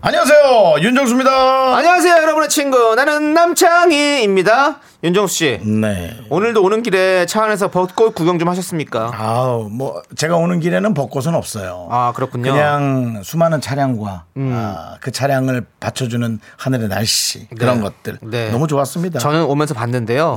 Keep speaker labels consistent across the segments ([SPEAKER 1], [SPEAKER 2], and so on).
[SPEAKER 1] 안녕하세요 윤정수입니다.
[SPEAKER 2] 안녕하세요, 여러분의 친구. 나는 남창희입니다. 윤정수 씨.
[SPEAKER 1] 네.
[SPEAKER 2] 오늘도 오는 길에 차 안에서 벚꽃 구경 좀 하셨습니까?
[SPEAKER 1] 아우 뭐 제가 오는 길에는 벚꽃은 없어요.
[SPEAKER 2] 아, 그렇군요. 음.
[SPEAKER 1] 그냥 수많은 차량과 아, 그 차량을 받쳐주는 하늘의 날씨 그런 것들
[SPEAKER 2] 네.
[SPEAKER 1] 너무 좋았습니다.
[SPEAKER 2] 저는 오면서 봤는데요.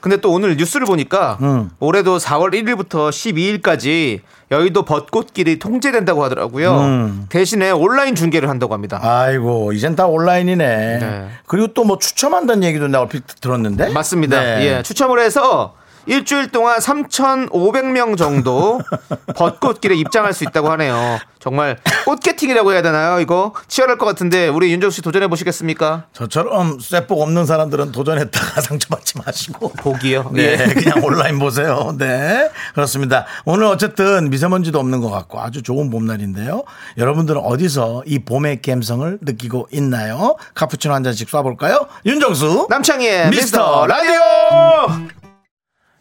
[SPEAKER 2] 근데 또 오늘 뉴스를 보니까 올해도 4월 1일부터 12일까지 여의도 벚꽃길이 통제된다고 하더라고요. 대신에 온라인 중계를 한다고 합니다.
[SPEAKER 1] 아이고 이젠 다 온라인이네.
[SPEAKER 2] 네.
[SPEAKER 1] 그리고 또 뭐 추첨한다는 얘기도 나 얼핏 들었는데
[SPEAKER 2] 맞습니다.
[SPEAKER 1] 네.
[SPEAKER 2] 예, 추첨을 해서 일주일 동안 3,500명 정도 벚꽃길에 입장할 수 있다고 하네요. 정말 꽃게팅이라고 해야 되나요? 이거 치열할 것 같은데 우리 윤정 씨 도전해 보시겠습니까?
[SPEAKER 1] 저처럼 쇠복 없는 사람들은 도전했다가 상처받지 마시고
[SPEAKER 2] 보기요.
[SPEAKER 1] 네,
[SPEAKER 2] 예.
[SPEAKER 1] 그냥 온라인 보세요. 네, 그렇습니다. 오늘 어쨌든 미세먼지도 없는 것 같고 아주 좋은 봄날인데요. 여러분들은 어디서 이 봄의 감성을 느끼고 있나요? 카푸치노 한 잔씩 쏴볼까요? 윤정수
[SPEAKER 2] 남창희의 미스터 라디오.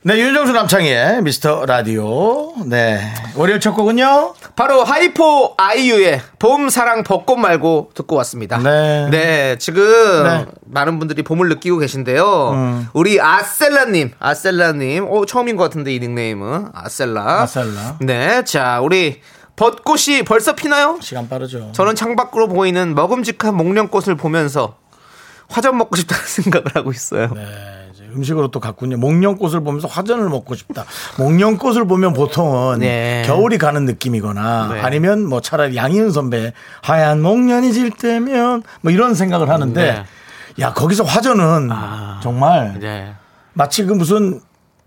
[SPEAKER 1] 네, 윤정수 남창희의 미스터 라디오. 네, 월요일 첫 곡은요.
[SPEAKER 2] 바로 하이포 아이유의 봄 사랑 벚꽃 말고 듣고 왔습니다.
[SPEAKER 1] 네.
[SPEAKER 2] 네, 지금
[SPEAKER 1] 네. 음.
[SPEAKER 2] 많은 분들이 봄을 느끼고 계신데요. 우리 아셀라님, 아셀라님, 어 처음인 것 같은데 이 닉네임은 아셀라.
[SPEAKER 1] 아셀라.
[SPEAKER 2] 네, 자 우리 벚꽃이 벌써 피나요?
[SPEAKER 1] 시간 빠르죠.
[SPEAKER 2] 저는 창밖으로 보이는 먹음직한 목련꽃을 보면서 화전 먹고 싶다는 생각을 하고 있어요.
[SPEAKER 1] 네, 이제 음식으로 또 갔군요. 목련꽃을 보면서 화전을 먹고 싶다. 목련꽃을 보면 보통은
[SPEAKER 2] 네.
[SPEAKER 1] 겨울이 가는 느낌이거나
[SPEAKER 2] 네.
[SPEAKER 1] 아니면 뭐 차라리 양희은 선배 하얀 목련이 질 때면 뭐 이런 생각을 하는데
[SPEAKER 2] 네.
[SPEAKER 1] 야 거기서 화전은 정말
[SPEAKER 2] 네.
[SPEAKER 1] 마치 그 무슨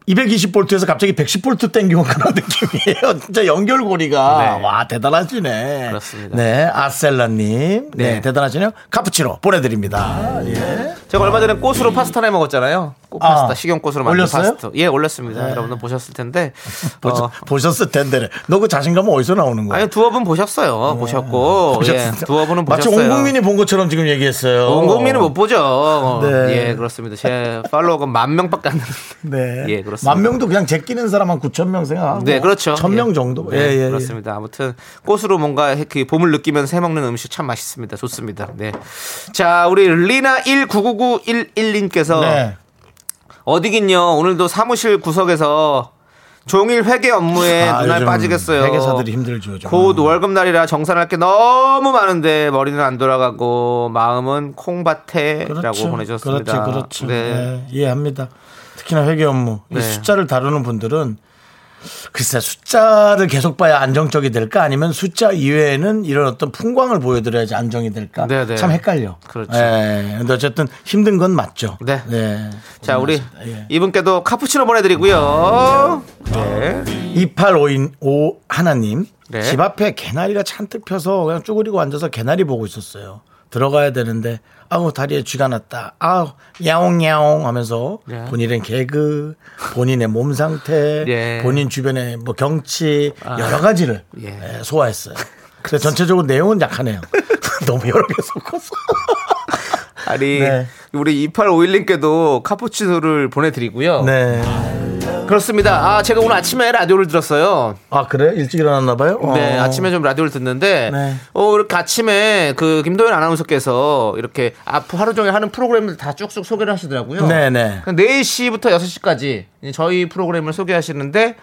[SPEAKER 1] 220볼트에서 갑자기 110볼트 땡기고 그런 느낌이에요. 진짜 연결고리가
[SPEAKER 2] 네.
[SPEAKER 1] 와 대단하시네.
[SPEAKER 2] 그렇습니다.
[SPEAKER 1] 네, 아셀라님, 네,
[SPEAKER 2] 네.
[SPEAKER 1] 대단하시네요. 카푸치노 보내드립니다. 예.
[SPEAKER 2] 제가 얼마 전에 꽃으로 파스타를 해 먹었잖아요. 꽃 파스타,
[SPEAKER 1] 아,
[SPEAKER 2] 식용꽃으로 만든
[SPEAKER 1] 올렸어요? 네.
[SPEAKER 2] 파스타. 예, 올렸습니다. 여러분들 보셨을 텐데.
[SPEAKER 1] 보셨,
[SPEAKER 2] 어,
[SPEAKER 1] 보셨을 텐데 너 그 자신감은 어디서 나오는 거야?
[SPEAKER 2] 아니, 두어 분 보셨어요. 보셨고. 예,
[SPEAKER 1] 네. 보셨-
[SPEAKER 2] 두어 분은
[SPEAKER 1] 마치
[SPEAKER 2] 보셨어요.
[SPEAKER 1] 온 국민이 본 것처럼 지금 얘기했어요.
[SPEAKER 2] 온 국민은 못 보죠. 어,
[SPEAKER 1] 네.
[SPEAKER 2] 예, 그렇습니다. 제 팔로워가 만 명밖에 안 되는데.
[SPEAKER 1] 네.
[SPEAKER 2] 예, 그렇습니다.
[SPEAKER 1] 만 명도 그냥 제끼는 사람 한 9천 명 생각하고.
[SPEAKER 2] 네, 그렇죠.
[SPEAKER 1] 뭐 천 명
[SPEAKER 2] 예.
[SPEAKER 1] 정도.
[SPEAKER 2] 네, 그렇습니다. 아무튼 꽃으로 뭔가 그 봄을 느끼면서 해 먹는 음식 참 맛있습니다. 좋습니다. 네. 자, 우리 리나 199911님께서
[SPEAKER 1] 네.
[SPEAKER 2] 어디긴요. 오늘도 사무실 구석에서 종일 회계 업무에
[SPEAKER 1] 아,
[SPEAKER 2] 예, 눈알
[SPEAKER 1] 요즘
[SPEAKER 2] 빠지겠어요.
[SPEAKER 1] 회계사들이 힘들죠, 정말.
[SPEAKER 2] 곧 월급 날이라 정산할 게 너무 많은데 머리는 안 돌아가고 마음은 콩밭에라고
[SPEAKER 1] 그렇죠.
[SPEAKER 2] 보내주셨습니다.
[SPEAKER 1] 그렇죠. 그렇죠.
[SPEAKER 2] 네.
[SPEAKER 1] 네, 이해합니다. 특히나 회계 업무. 이
[SPEAKER 2] 네.
[SPEAKER 1] 숫자를 다루는 분들은 글쎄 숫자를 계속 봐야 안정적이 될까 아니면 숫자 이외에는 이런 어떤 풍광을 보여드려야지 안정이 될까
[SPEAKER 2] 네, 네.
[SPEAKER 1] 참 헷갈려.
[SPEAKER 2] 그렇죠.
[SPEAKER 1] 예, 근데 어쨌든 힘든 건 맞죠.
[SPEAKER 2] 네.
[SPEAKER 1] 네.
[SPEAKER 2] 자, 우리
[SPEAKER 1] 예.
[SPEAKER 2] 이분께도 카푸치노 보내드리고요. 네.
[SPEAKER 1] 2855 하나님
[SPEAKER 2] 네.
[SPEAKER 1] 집 앞에 개나리가 잔뜩 펴서 그냥 쭈그리고 앉아서 개나리 보고 있었어요. 들어가야 되는데 아우 다리에 쥐가 났다. 아우 야옹야옹 하면서
[SPEAKER 2] 네.
[SPEAKER 1] 본인의 개그, 본인의 몸 상태,
[SPEAKER 2] 예.
[SPEAKER 1] 본인 주변의 뭐 경치 여러 가지를
[SPEAKER 2] 예.
[SPEAKER 1] 예, 소화했어요. 근데 전체적으로 내용은 약하네요. 너무 여러 개 섞어서.
[SPEAKER 2] 아니
[SPEAKER 1] 네.
[SPEAKER 2] 우리 2851님께도 카푸치노를 보내드리고요.
[SPEAKER 1] 네.
[SPEAKER 2] 그렇습니다. 아 제가 오늘 아침에 라디오를 들었어요.
[SPEAKER 1] 아 그래? 일찍 일어났나 봐요.
[SPEAKER 2] 네,
[SPEAKER 1] 어.
[SPEAKER 2] 아침에 좀 라디오를 듣는데,
[SPEAKER 1] 네.
[SPEAKER 2] 어, 이렇게 아침에 그 김도현 아나운서께서 이렇게 앞 하루 종일 하는 프로그램을 다 쭉쭉 소개를 하시더라고요.
[SPEAKER 1] 네, 네.
[SPEAKER 2] 4시부터 6시까지 저희 프로그램을 소개하시는데,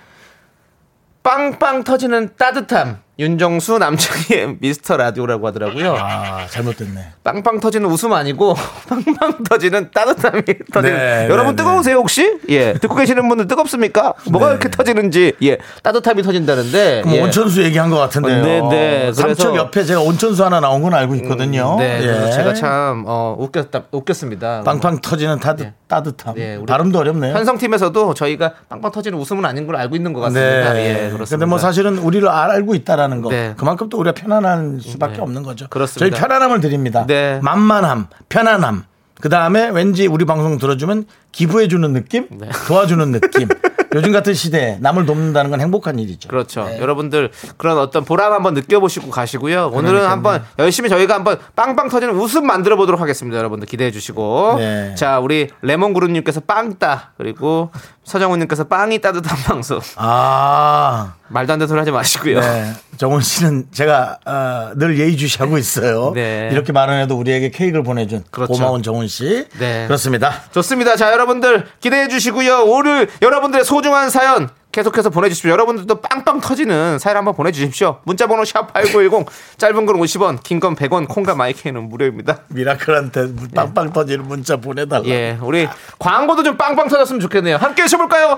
[SPEAKER 2] 빵빵 터지는 따뜻함, 윤정수 남창희의 미스터 라디오라고 하더라고요.
[SPEAKER 1] 아 잘못됐네.
[SPEAKER 2] 빵빵 터지는 웃음 아니고 빵빵 터지는 따뜻함이 터지는
[SPEAKER 1] 네,
[SPEAKER 2] 여러분
[SPEAKER 1] 네,
[SPEAKER 2] 뜨거우세요 혹시? 예 듣고 계시는 분들 뜨겁습니까? 뭐가 이렇게 터지는지 예 따뜻함이 터진다는데
[SPEAKER 1] 그럼
[SPEAKER 2] 예.
[SPEAKER 1] 뭐 온천수 얘기한 것 같은데요.
[SPEAKER 2] 네, 네.
[SPEAKER 1] 삼척
[SPEAKER 2] 그래서-
[SPEAKER 1] 옆에 제가 온천수 하나 나온 건 알고 있거든요.
[SPEAKER 2] 네 그래서
[SPEAKER 1] 예.
[SPEAKER 2] 제가 참 어, 웃겼다 웃겼습니다.
[SPEAKER 1] 빵빵 터지는 따뜻, 따뜻함.
[SPEAKER 2] 예, 우리
[SPEAKER 1] 발음도 어렵네요.
[SPEAKER 2] 현성
[SPEAKER 1] 네.
[SPEAKER 2] 팀에서도 저희가 빵빵 터지는 웃음은 아닌 걸 알고 있는 것 같습니다. 예 그렇습니다.
[SPEAKER 1] 근데 뭐 사실은 뭐 우리를 알- 알고 있다라는 한다는 거
[SPEAKER 2] 네.
[SPEAKER 1] 그만큼 또 우리가 편안한 수밖에
[SPEAKER 2] 네.
[SPEAKER 1] 없는 거죠.
[SPEAKER 2] 그렇습니다.
[SPEAKER 1] 저희 편안함을 드립니다.
[SPEAKER 2] 네.
[SPEAKER 1] 만만함, 편안함. 그 다음에 왠지 우리 방송 들어주면 기부해주는 느낌,
[SPEAKER 2] 네.
[SPEAKER 1] 도와주는 느낌. 요즘 같은 시대에 남을 돕는다는 건 행복한 일이죠.
[SPEAKER 2] 그렇죠. 여러분들 그런 어떤 보람 한번 느껴보시고 가시고요. 오늘은 한번 열심히 저희가 한번 빵빵 터지는 웃음 만들어 보도록 하겠습니다. 여러분들 기대해 주시고.
[SPEAKER 1] 네.
[SPEAKER 2] 자, 우리 레몬그룹님께서 빵따 그리고 서정훈님께서 빵이 따뜻한 방송
[SPEAKER 1] 아,
[SPEAKER 2] 말도 안 되는 소리 하지 마시고요.
[SPEAKER 1] 네. 정훈 씨는 제가 어, 늘 예의주시하고 있어요.
[SPEAKER 2] 네.
[SPEAKER 1] 이렇게 말은해도 우리에게 케이크를 보내준
[SPEAKER 2] 그렇죠.
[SPEAKER 1] 고마운 정훈 씨.
[SPEAKER 2] 네.
[SPEAKER 1] 그렇습니다.
[SPEAKER 2] 좋습니다. 자, 여러분들 기대해 주시고요. 오늘 여러분들의 소중한 사연 계속해서 보내주십시오. 여러분들도 빵빵 터지는 사연 한번 보내주십시오. 문자번호 샵8910 짧은 건 50원, 긴 건 100원, 콩과 마이크는 무료입니다.
[SPEAKER 1] 미라클한테 빵빵 터지는 문자 보내달라.
[SPEAKER 2] 예, 우리 광고도 좀 빵빵 터졌으면 좋겠네요. 함께 해볼까요?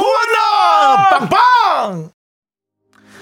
[SPEAKER 2] 광고나
[SPEAKER 1] 빵빵!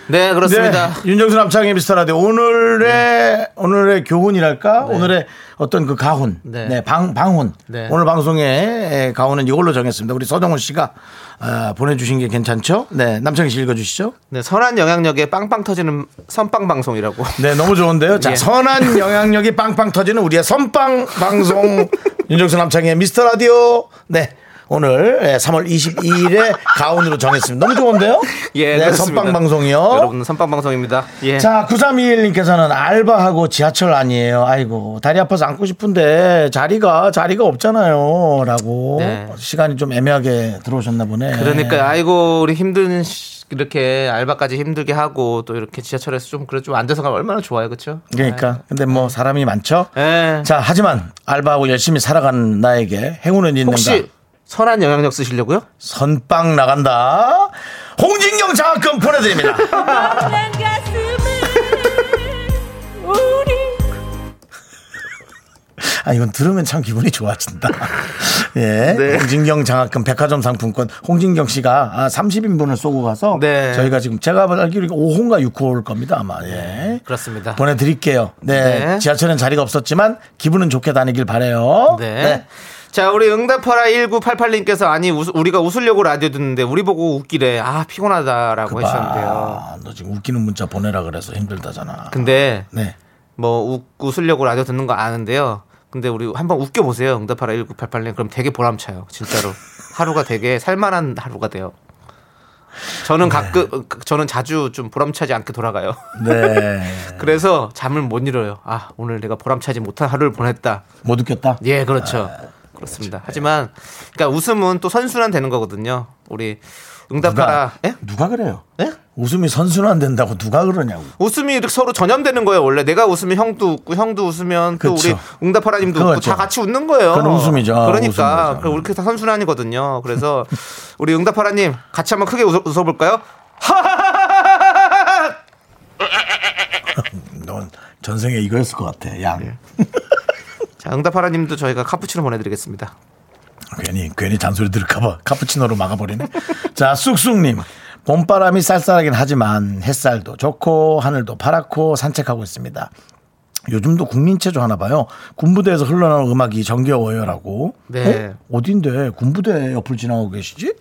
[SPEAKER 2] 네, 그렇습니다.
[SPEAKER 1] 네, 윤정수 남창의 미스터 라디오 오늘의 오늘의 교훈이랄까 오늘의 어떤 그 가훈
[SPEAKER 2] 네.
[SPEAKER 1] 네방 방훈
[SPEAKER 2] 네.
[SPEAKER 1] 오늘 방송의 가훈은 이걸로 정했습니다 우리 서정훈 씨가 아, 보내주신 게 괜찮죠 네 남창희 씨 읽어주시죠
[SPEAKER 2] 네, 선한 영향력의 빵빵 터지는 선빵 방송이라고.
[SPEAKER 1] 네, 너무 좋은데요. 자,
[SPEAKER 2] 예.
[SPEAKER 1] 선한 영향력이 빵빵 터지는 우리의 선빵 방송 윤정수 남창의 미스터 라디오. 네. 오늘 예, 3월 22일에 가온으로 정했습니다. 너무 좋은데요?
[SPEAKER 2] 예,
[SPEAKER 1] 네,
[SPEAKER 2] 그렇습니다.
[SPEAKER 1] 선빵 방송이요.
[SPEAKER 2] 여러분 선빵 방송입니다. 예.
[SPEAKER 1] 자, 9321님께서는 알바하고 지하철 아니에요. 아이고, 다리 아파서 앉고 싶은데 자리가, 자리가 없잖아요. 라고.
[SPEAKER 2] 네.
[SPEAKER 1] 시간이 좀 애매하게 들어오셨나 보네.
[SPEAKER 2] 그러니까 아이고 우리 힘든 시- 이렇게 알바까지 힘들게 하고 또 이렇게 지하철에서 좀 그래 좀 앉아서 가면 얼마나 좋아요, 그렇죠?
[SPEAKER 1] 그러니까. 근데 뭐 사람이 많죠?
[SPEAKER 2] 예.
[SPEAKER 1] 자, 하지만 알바하고 열심히 살아가는 나에게 행운은 있는가?
[SPEAKER 2] 혹시 선한 영향력 쓰시려고요?
[SPEAKER 1] 선빵 나간다. 홍진경 장학금 보내드립니다.
[SPEAKER 3] 난 가슴을 우리
[SPEAKER 1] 아, 이건 들으면 참 기분이 좋아진다. 예.
[SPEAKER 2] 네.
[SPEAKER 1] 홍진경 장학금 백화점 상품권. 홍진경 씨가 아, 30인분을 쏘고 가서
[SPEAKER 2] 네.
[SPEAKER 1] 저희가 지금 제가 알기로 5호인가 6호일 겁니다. 아마. 예.
[SPEAKER 2] 그렇습니다.
[SPEAKER 1] 보내드릴게요. 네.
[SPEAKER 2] 네.
[SPEAKER 1] 지하철엔 자리가 없었지만 기분은 좋게 다니길 바래요
[SPEAKER 2] 네. 자, 우리 응답하라 1988님께서 아니 웃- 우리가 웃으려고 라디오 듣는데 우리 보고 웃기래. 아, 피곤하다라고 하셨는데요.
[SPEAKER 1] 아, 너 지금 웃기는 문자 보내라 그래서 힘들다잖아.
[SPEAKER 2] 근데
[SPEAKER 1] 네.
[SPEAKER 2] 뭐 웃, 웃으려고 라디오 듣는 거 아는데요. 근데 우리 한번 웃겨 보세요. 응답하라 1988님. 그럼 되게 보람차요. 진짜로. 하루가 되게 살만한 하루가 돼요. 저는 가끔 어, 저는 자주 좀 보람차지 않게 돌아가요.
[SPEAKER 1] 네.
[SPEAKER 2] 그래서 잠을 못 이뤄요. 아, 오늘 내가 보람차지 못한 하루를 보냈다.
[SPEAKER 1] 못 웃겼다?
[SPEAKER 2] 예, 그렇죠. 그렇습니다. 하지만 그러니까 웃음은 또 선순환 되는 거거든요. 우리 응답하라. 예?
[SPEAKER 1] 누가 그래요?
[SPEAKER 2] 예?
[SPEAKER 1] 웃음이 선순환 된다고 누가 그러냐고.
[SPEAKER 2] 웃음이 이렇게 서로 전염되는 거예요. 원래 내가 웃으면 형도 웃고 형도 웃으면 또
[SPEAKER 1] 그렇죠.
[SPEAKER 2] 우리 응답하라님도 웃고
[SPEAKER 1] 그거죠.
[SPEAKER 2] 다 같이 웃는 거예요.
[SPEAKER 1] 그건 웃음이죠. 웃음인
[SPEAKER 2] 그러니까
[SPEAKER 1] 거죠.
[SPEAKER 2] 그럼 이렇게 다 선순환이거든요. 그래서 우리 응답하라님 같이 한번 크게 웃어, 웃어볼까요?
[SPEAKER 1] 넌 전생에 이거였을 것 같아. 양.
[SPEAKER 2] 예. 자, 응답하라님도 저희가 카푸치노 보내드리겠습니다.
[SPEAKER 1] 괜히 괜히 잔소리 들을까봐 카푸치노로 막아버리네. 자, 쑥쑥님. 봄바람이 쌀쌀하긴 하지만 햇살도 좋고 하늘도 파랗고 산책하고 있습니다. 요즘도 국민체조 하나 봐요. 군부대에서 흘러나오는 음악이 정겨워요라고.
[SPEAKER 2] 네.
[SPEAKER 1] 어? 어딘데 군부대 옆을 지나고 계시지?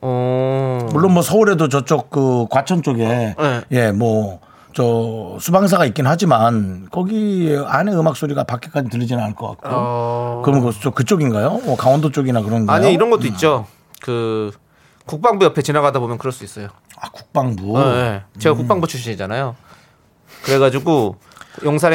[SPEAKER 2] 어...
[SPEAKER 1] 물론 뭐 서울에도 저쪽 그 과천 쪽에
[SPEAKER 2] 네.
[SPEAKER 1] 예 뭐 저 수방사가 있긴 하지만 거기 안에 음악 소리가 밖에까지 들리지는 않을 것 같고
[SPEAKER 2] 어.
[SPEAKER 1] 그러면 그쪽 그쪽인가요? 뭐 강원도 쪽이나 그런가요?
[SPEAKER 2] 아니 이런 것도 있죠. 그 국방부 옆에 지나가다 보면 그럴 수 있어요.
[SPEAKER 1] 아, 국방부
[SPEAKER 2] 네, 네.
[SPEAKER 1] 음.
[SPEAKER 2] 제가 국방부 출신이잖아요. 그래가지고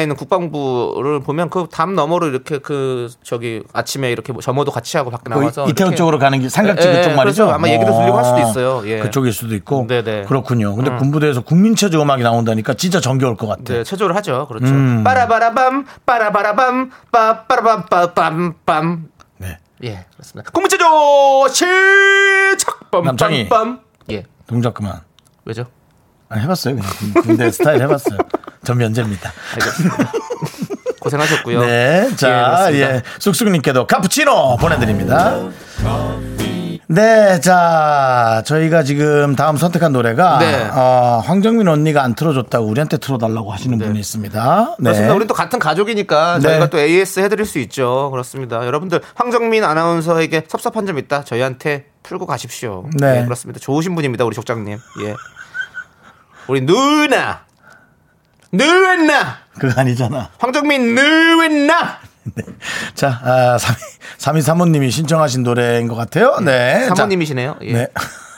[SPEAKER 2] 용산에 있는 국방부를 보면 그 담 너머로 이렇게 그 저기 아침에 이렇게 뭐 점호도 같이 하고 밖에
[SPEAKER 1] 그
[SPEAKER 2] 나와서
[SPEAKER 1] 이태원
[SPEAKER 2] 이렇게
[SPEAKER 1] 쪽으로 가는 길 삼각지
[SPEAKER 2] 예, 예,
[SPEAKER 1] 그쪽 말이죠.
[SPEAKER 2] 그래서 아마 얘기도 들리고 할 수도 있어요. 예.
[SPEAKER 1] 그쪽일 수도 있고
[SPEAKER 2] 네네. 음.
[SPEAKER 1] 그렇군요. 근데 군부대에서 국민체조 음악이 나온다니까 진짜 정겨울 것 같아.
[SPEAKER 2] 네, 체조를 하죠. 그렇죠.
[SPEAKER 1] 음.
[SPEAKER 2] 빠라바라밤 빠라바라밤 빠빠라밤 빠빰빰
[SPEAKER 1] 네.
[SPEAKER 2] 예 그렇습니다. 국무체조 시작
[SPEAKER 1] 남창희.
[SPEAKER 2] 빰빰빰 예
[SPEAKER 1] 동작 그만.
[SPEAKER 2] 왜죠?
[SPEAKER 1] 아, 해봤어요. 그냥 군- 군대 스타일 해봤어요. 전 면제입니다.
[SPEAKER 2] 알겠습니다. 고생하셨고요.
[SPEAKER 1] 네, 자, 예,
[SPEAKER 2] 그렇습니다.
[SPEAKER 1] 쑥쑥님께도 카푸치노 보내드립니다. 네, 자, 저희가 지금 다음 선택한 노래가
[SPEAKER 2] 네.
[SPEAKER 1] 어, 황정민 언니가 안 틀어줬다고 우리한테 틀어달라고 하시는 분이 있습니다. 네.
[SPEAKER 2] 그렇습니다. 우리 또 같은 가족이니까 저희가
[SPEAKER 1] 네.
[SPEAKER 2] 또 AS 해드릴 수 있죠. 그렇습니다. 여러분들 황정민 아나운서에게 섭섭한 점 있다. 저희한테 풀고 가십시오.
[SPEAKER 1] 네.
[SPEAKER 2] 네, 그렇습니다. 좋으신 분입니다, 예. 우리 족장님. 예. 우리 누나 누나
[SPEAKER 1] 그거 아니잖아.
[SPEAKER 2] 황정민 누나
[SPEAKER 1] 자, 아, 3위 사모님이 신청하신 노래인 것 같아요. 네. 자,
[SPEAKER 2] 사모님이시네요. 예.
[SPEAKER 1] 네.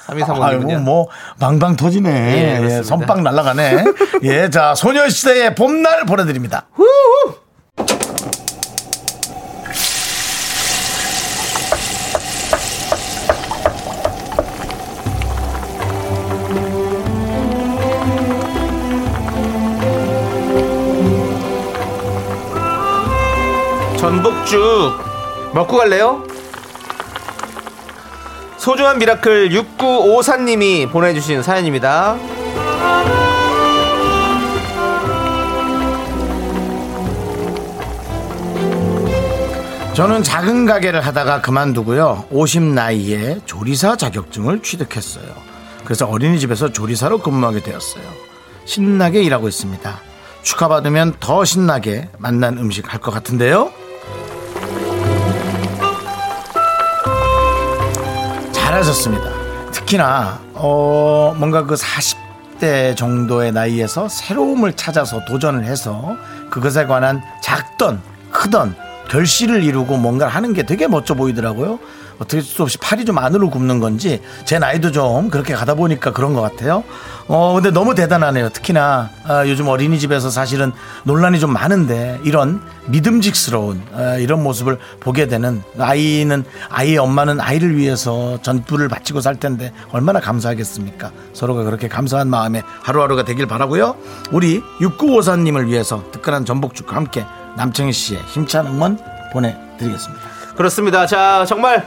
[SPEAKER 2] 삼위 사모님은요?
[SPEAKER 1] 아이고, 뭐, 방방
[SPEAKER 2] 예,
[SPEAKER 1] 터지네. 예,
[SPEAKER 2] 그렇습니다.
[SPEAKER 1] 선빵 날아가네. 예, 자, 소녀시대의 봄날 보내드립니다.
[SPEAKER 2] 전복죽 먹고 갈래요? 소중한 미라클 6954님이 보내주신 사연입니다.
[SPEAKER 1] 저는 작은 가게를 하다가 그만두고요. 50 나이에 조리사 자격증을 취득했어요. 그래서 어린이집에서 조리사로 근무하게 되었어요. 신나게 일하고 있습니다. 축하받으면 더 신나게 맛난 음식 할 것 같은데요. 잘하셨습니다. 특히나 어, 뭔가 그 40대 정도의 나이에서 새로움을 찾아서 도전을 해서 그것에 관한 작던 크던 결실을 이루고 뭔가를 하는 게 되게 멋져 보이더라고요. 어떻게 수 없이 팔이 좀 안으로 굽는 건지 제 나이도 좀 그렇게 가다 보니까 그런 것 같아요. 어 근데 너무 대단하네요. 특히나 아, 요즘 어린이집에서 사실은 논란이 좀 많은데 이런 믿음직스러운 아, 이런 모습을 보게 되는 아이는 아이의 엄마는 아이를 위해서 전부를 바치고 살 텐데 얼마나 감사하겠습니까? 서로가 그렇게 감사한 마음에 하루하루가 되길 바라고요. 우리 6954님을 위해서 뜨끈한 전복죽과 함께 남청희 씨의 힘찬 응원 보내드리겠습니다.
[SPEAKER 2] 그렇습니다. 자, 정말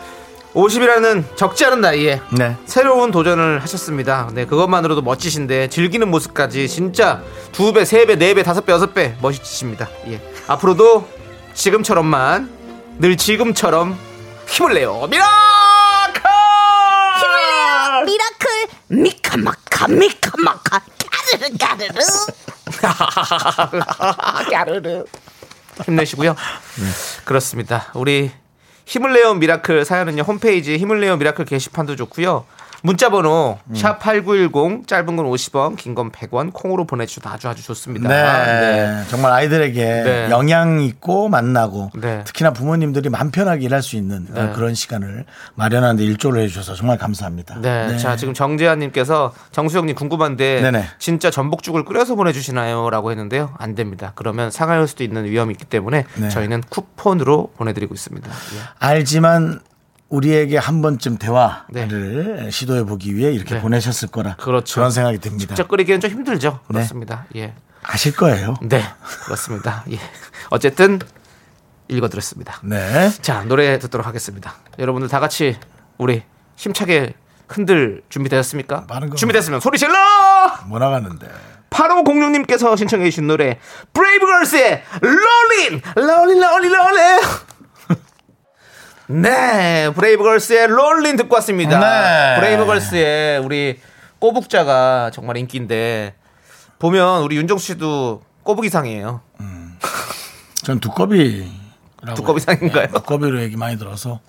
[SPEAKER 2] 50이라는 적지 않은 나이에
[SPEAKER 1] 네.
[SPEAKER 2] 새로운 도전을 하셨습니다. 네, 그것만으로도 멋지신데 즐기는 모습까지 진짜 두 배, 세 배, 네 배, 다섯 배, 여섯 배 멋지십니다. 예. 앞으로도 지금처럼만 늘 지금처럼 힘을 내요. 미라클!
[SPEAKER 3] 미라클 미카마카 미카마카 까르르 까르르
[SPEAKER 2] 힘내시고요.
[SPEAKER 1] 네.
[SPEAKER 2] 그렇습니다. 우리 힘을 내요 미라클 사연은요. 홈페이지 힘을 내요 미라클 게시판도 좋고요. 문자 번호
[SPEAKER 1] 음.
[SPEAKER 2] 샵 8910 짧은 건 50원, 긴 건 100원 콩으로 보내 주셔도 아주 아주 좋습니다.
[SPEAKER 1] 네,
[SPEAKER 2] 네.
[SPEAKER 1] 정말 아이들에게
[SPEAKER 2] 네.
[SPEAKER 1] 영향 있고 만나고
[SPEAKER 2] 네.
[SPEAKER 1] 특히나 부모님들이 마음 편하게 일할 수 있는 어, 그런 시간을 마련하는데 일조를 해주셔서 정말 감사합니다.
[SPEAKER 2] 네.
[SPEAKER 1] 네.
[SPEAKER 2] 자, 지금 정재환님께서 정수영님 궁금한데
[SPEAKER 1] 네네.
[SPEAKER 2] 진짜 전복죽을 끓여서 보내주시나요? 라고 했는데요. 안 됩니다. 그러면 상할 수도 있는 위험이 있기 때문에
[SPEAKER 1] 네.
[SPEAKER 2] 저희는 쿠폰으로 보내드리고 있습니다. 예.
[SPEAKER 1] 알지만 우리에게 한 번쯤 대화를 시도해 보기 위해 이렇게
[SPEAKER 2] 네.
[SPEAKER 1] 보내셨을 거라
[SPEAKER 2] 그렇죠.
[SPEAKER 1] 런 생각이 듭니다.
[SPEAKER 2] 직접 끓이기는 좀 힘들죠.
[SPEAKER 1] 네.
[SPEAKER 2] 그렇습니다. 예.
[SPEAKER 1] 아실 거예요.
[SPEAKER 2] 네, 그렇습니다. 예. 어쨌든 읽어드렸습니다.
[SPEAKER 1] 네.
[SPEAKER 2] 자, 노래 듣도록 하겠습니다. 여러분들 다 같이 우리 힘차게 흔들 준비되셨습니까?
[SPEAKER 1] 빠른 거.
[SPEAKER 2] 준비됐으면 소리 질러!
[SPEAKER 1] 뭐 나가는데.
[SPEAKER 2] 8506님께서 신청해 주신 노래 브레이브걸스의 롤린! 롤린 롤린 롤린! 네, 브레이브걸스의 롤린 듣고 왔습니다.
[SPEAKER 1] 네.
[SPEAKER 2] 브레이브걸스의 우리 꼬북자가 정말 인기인데 보면 우리 윤정수 씨도 꼬북 이상이에요.
[SPEAKER 1] 전 두꺼비.
[SPEAKER 2] 두꺼비 상인가요?
[SPEAKER 1] 두꺼비로 얘기 많이 들어서.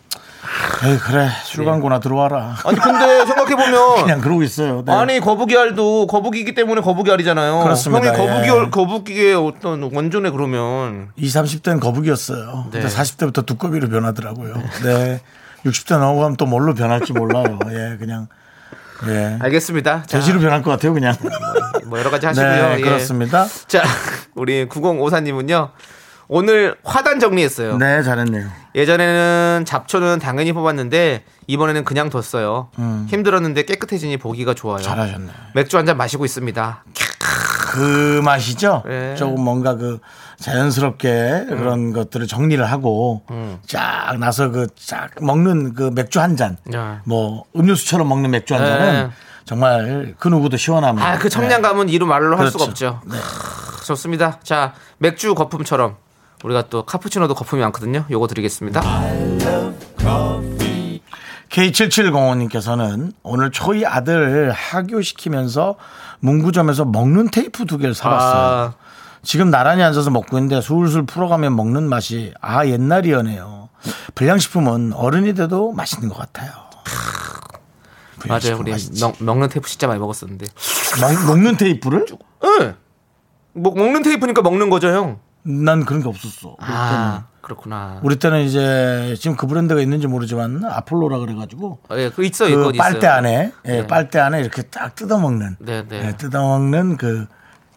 [SPEAKER 1] 에이, 그래. 술
[SPEAKER 2] 네.
[SPEAKER 1] 광고나 들어와라.
[SPEAKER 2] 아니 근데 생각해 보면
[SPEAKER 1] 그냥 그러고 있어요. 네.
[SPEAKER 2] 아니 거북이알도 거북이기 때문에 거북이알이잖아요.
[SPEAKER 1] 그렇습니다.
[SPEAKER 2] 형이 거북이
[SPEAKER 1] 예.
[SPEAKER 2] 알 거북이의 어떤 원조네 그러면
[SPEAKER 1] 20, 30대는 거북이었어요.
[SPEAKER 2] 네.
[SPEAKER 1] 근데 40대부터 두꺼비로 변하더라고요. 네. 60대 넘어가면 또 뭘로 변할지 몰라요. 예, 그냥. 예.
[SPEAKER 2] 알겠습니다. 자,
[SPEAKER 1] 돼지로 변할 것 같아요, 그냥.
[SPEAKER 2] 뭐 여러 가지 아, 하시고요.
[SPEAKER 1] 네,
[SPEAKER 2] 예.
[SPEAKER 1] 그렇습니다.
[SPEAKER 2] 자 우리 9054님은요 오늘 화단 정리했어요.
[SPEAKER 1] 네, 잘했네요.
[SPEAKER 2] 예전에는 잡초는 당연히 뽑았는데 이번에는 그냥 뒀어요. 힘들었는데 깨끗해지니 보기가 좋아요.
[SPEAKER 1] 음. 잘하셨네.
[SPEAKER 2] 맥주 한 잔 마시고 있습니다.
[SPEAKER 1] 그 맛이죠?
[SPEAKER 2] 예. 음.
[SPEAKER 1] 조금 뭔가 그 자연스럽게 그런 것들을 정리를 하고 쫙 나서 그 쫙 먹는 그 맥주 한 잔.
[SPEAKER 2] 야.
[SPEAKER 1] 뭐 음료수처럼 먹는 맥주 한 잔은
[SPEAKER 2] 예.
[SPEAKER 1] 정말 그 누구도 시원합니다.
[SPEAKER 2] 아 그 청량감은 이루 말로 할 수가 없죠.
[SPEAKER 1] 네.
[SPEAKER 2] 좋습니다. 자, 맥주 거품처럼 우리가 또 카푸치노도 거품이 많거든요. 요거
[SPEAKER 1] 네,
[SPEAKER 2] 드리겠습니다.
[SPEAKER 1] K7705님께서는 오늘 초이 아들 하교시키면서 문구점에서 먹는 테이프 두 개를 사봤어요.
[SPEAKER 2] 아,
[SPEAKER 1] 지금 나란히 앉아서 먹고 있는데 술술 풀어가면 먹는 맛이 아 옛날이었네요. 불량식품은 어른이 돼도 맛있는 것 같아요.
[SPEAKER 2] 맞아요. 우리
[SPEAKER 1] 맛있지.
[SPEAKER 2] 명, 먹는 테이프 진짜 많이 먹었었는데.
[SPEAKER 1] 먹- 먹는 테이프를?
[SPEAKER 2] 응. 뭐 먹는 테이프니까 먹는 거죠, 형.
[SPEAKER 1] 난 그런 게 없었어.
[SPEAKER 2] 아, 그렇구나.
[SPEAKER 1] 우리 때는 이제 지금 그 브랜드가 있는지 모르지만 아폴로라 그래가지고
[SPEAKER 2] 어, 예, 그 있어요.
[SPEAKER 1] 그
[SPEAKER 2] 있건
[SPEAKER 1] 빨대
[SPEAKER 2] 있어요.
[SPEAKER 1] 안에 예,
[SPEAKER 2] 네.
[SPEAKER 1] 빨대 안에 이렇게 딱 뜯어먹는
[SPEAKER 2] 네, 네.
[SPEAKER 1] 예, 뜯어먹는 그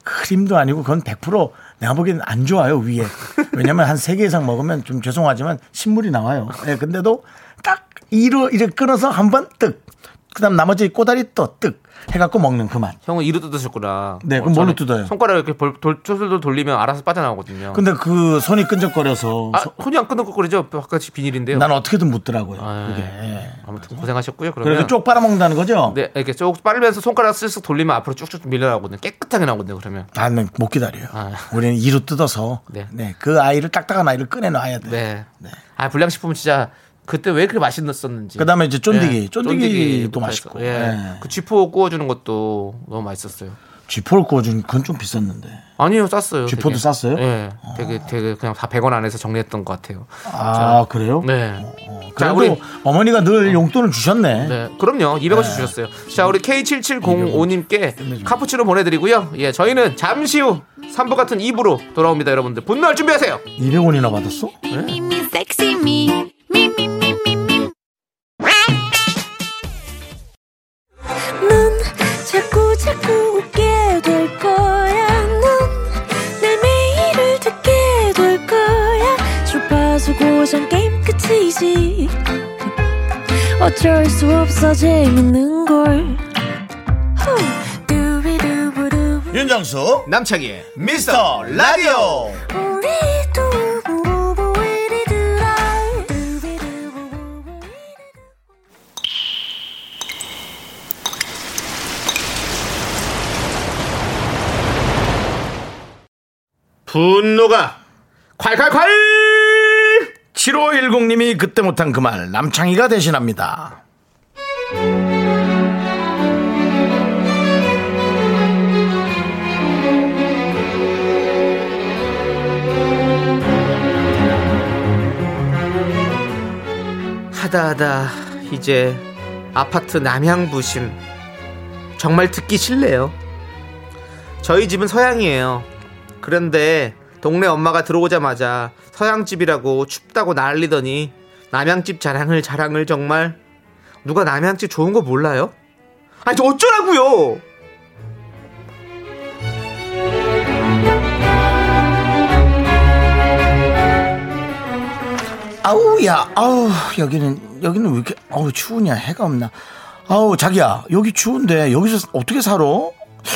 [SPEAKER 1] 크림도 아니고 그건 100% 내가 보기엔 안 좋아요 위에 왜냐면 한 세 개 이상 먹으면 좀 죄송하지만 신물이 나와요 예, 근데도 딱 이로 이렇게 끊어서 한 번 뜩 그다음 나머지 꼬다리 또 뜩 해갖고 먹는 그 맛
[SPEAKER 2] 형은 이로 뜯으셨구나.
[SPEAKER 1] 네, 그럼
[SPEAKER 2] 어,
[SPEAKER 1] 뭘로
[SPEAKER 2] 저는
[SPEAKER 1] 뜯어요?
[SPEAKER 2] 손가락 이렇게 돌, 돌, 돌돌 돌리면 알아서 빠져나오거든요.
[SPEAKER 1] 근데 그 손이 끈적거려서
[SPEAKER 2] 아,
[SPEAKER 1] 소-
[SPEAKER 2] 손이 안 끊어거리죠? 바깥이 비닐인데요.
[SPEAKER 1] 난 어떻게든 묻더라고요
[SPEAKER 2] 아,
[SPEAKER 1] 그게
[SPEAKER 2] 예.
[SPEAKER 1] 예.
[SPEAKER 2] 아무튼 고생하셨고요.
[SPEAKER 1] 그래서
[SPEAKER 2] 그러면
[SPEAKER 1] 쪽 빨아먹는다는 거죠
[SPEAKER 2] 네, 이렇게 쭉 빨면서 손가락 쓱쓱 돌리면 앞으로 쭉쭉 밀려나오거든요. 깨끗하게 나오거든요. 그러면
[SPEAKER 1] 나는 네, 못 기다려요.
[SPEAKER 2] 아.
[SPEAKER 1] 우리는 이로 뜯어서
[SPEAKER 2] 네.
[SPEAKER 1] 네, 그 아이를 딱딱한 아이를 꺼내놔야 돼.
[SPEAKER 2] 네.
[SPEAKER 1] 네.
[SPEAKER 2] 아 불량식품은 진짜 그때 왜 그렇게 맛있었는지. 네,
[SPEAKER 1] 그다음에 이제 쫀디기. 쫀디기도
[SPEAKER 2] 쫀디기부터
[SPEAKER 1] 맛있고.
[SPEAKER 2] 했어. 예.
[SPEAKER 1] 예.
[SPEAKER 2] 그 쥐포 구워주는 것도 너무 맛있었어요.
[SPEAKER 1] 쥐포를 구워준 그건 좀 비쌌는데.
[SPEAKER 2] 아니요, 쌌어요.
[SPEAKER 1] 쥐포도
[SPEAKER 2] 되게.
[SPEAKER 1] 쌌어요?
[SPEAKER 2] 예. 되게 되게 그냥 다 100원 안에서 정리했던 것 같아요.
[SPEAKER 1] 아 그래요?
[SPEAKER 2] 네.
[SPEAKER 1] 어,
[SPEAKER 2] 자,
[SPEAKER 1] 그래도
[SPEAKER 2] 우리-
[SPEAKER 1] 어머니가 늘 용돈을 주셨네.
[SPEAKER 2] 네, 그럼요. 200원씩 주셨어요. 자, 우리 K7705님께 카푸치노 보내드리고요. 예, 저희는 잠시 후 3부 같은 2부로 돌아옵니다, 여러분들. 분노할 준비하세요.
[SPEAKER 1] 200원이나 받았어?
[SPEAKER 3] Me, me, sexy me. Me, me, me, me, me.
[SPEAKER 4] 넌 자꾸 자꾸 웃게 될 거야. 넌내 매일을 듣게 될 거야. 주파수 고정 게임 끝이지. 어쩔 수 없어 재밌는 걸. 후. 두비두부두.
[SPEAKER 1] 윤정수
[SPEAKER 2] 남창희의 미스터 라디오.
[SPEAKER 4] 우리 두부부부 우리 두라. 두비두부부부 우리 두라.
[SPEAKER 2] 분노가 콸콸콸!
[SPEAKER 1] 7510님이 그때 못한 그 말 남창희가 대신합니다.
[SPEAKER 2] 하다 하다 이제 아파트 남향부심 정말 듣기 싫네요 저희 집은 서양이에요 그런데 동네 엄마가 들어오자마자 서양집이라고 춥다고 난리더니 남양집 자랑을 자랑을 정말 누가 남양집 좋은 거 몰라요? 아니 저 어쩌라고요
[SPEAKER 1] 아우야, 아우 여기는 여기는 왜 이렇게 아우 추우냐 해가 없나? 아우 자기야 여기 추운데 여기서 어떻게 살아?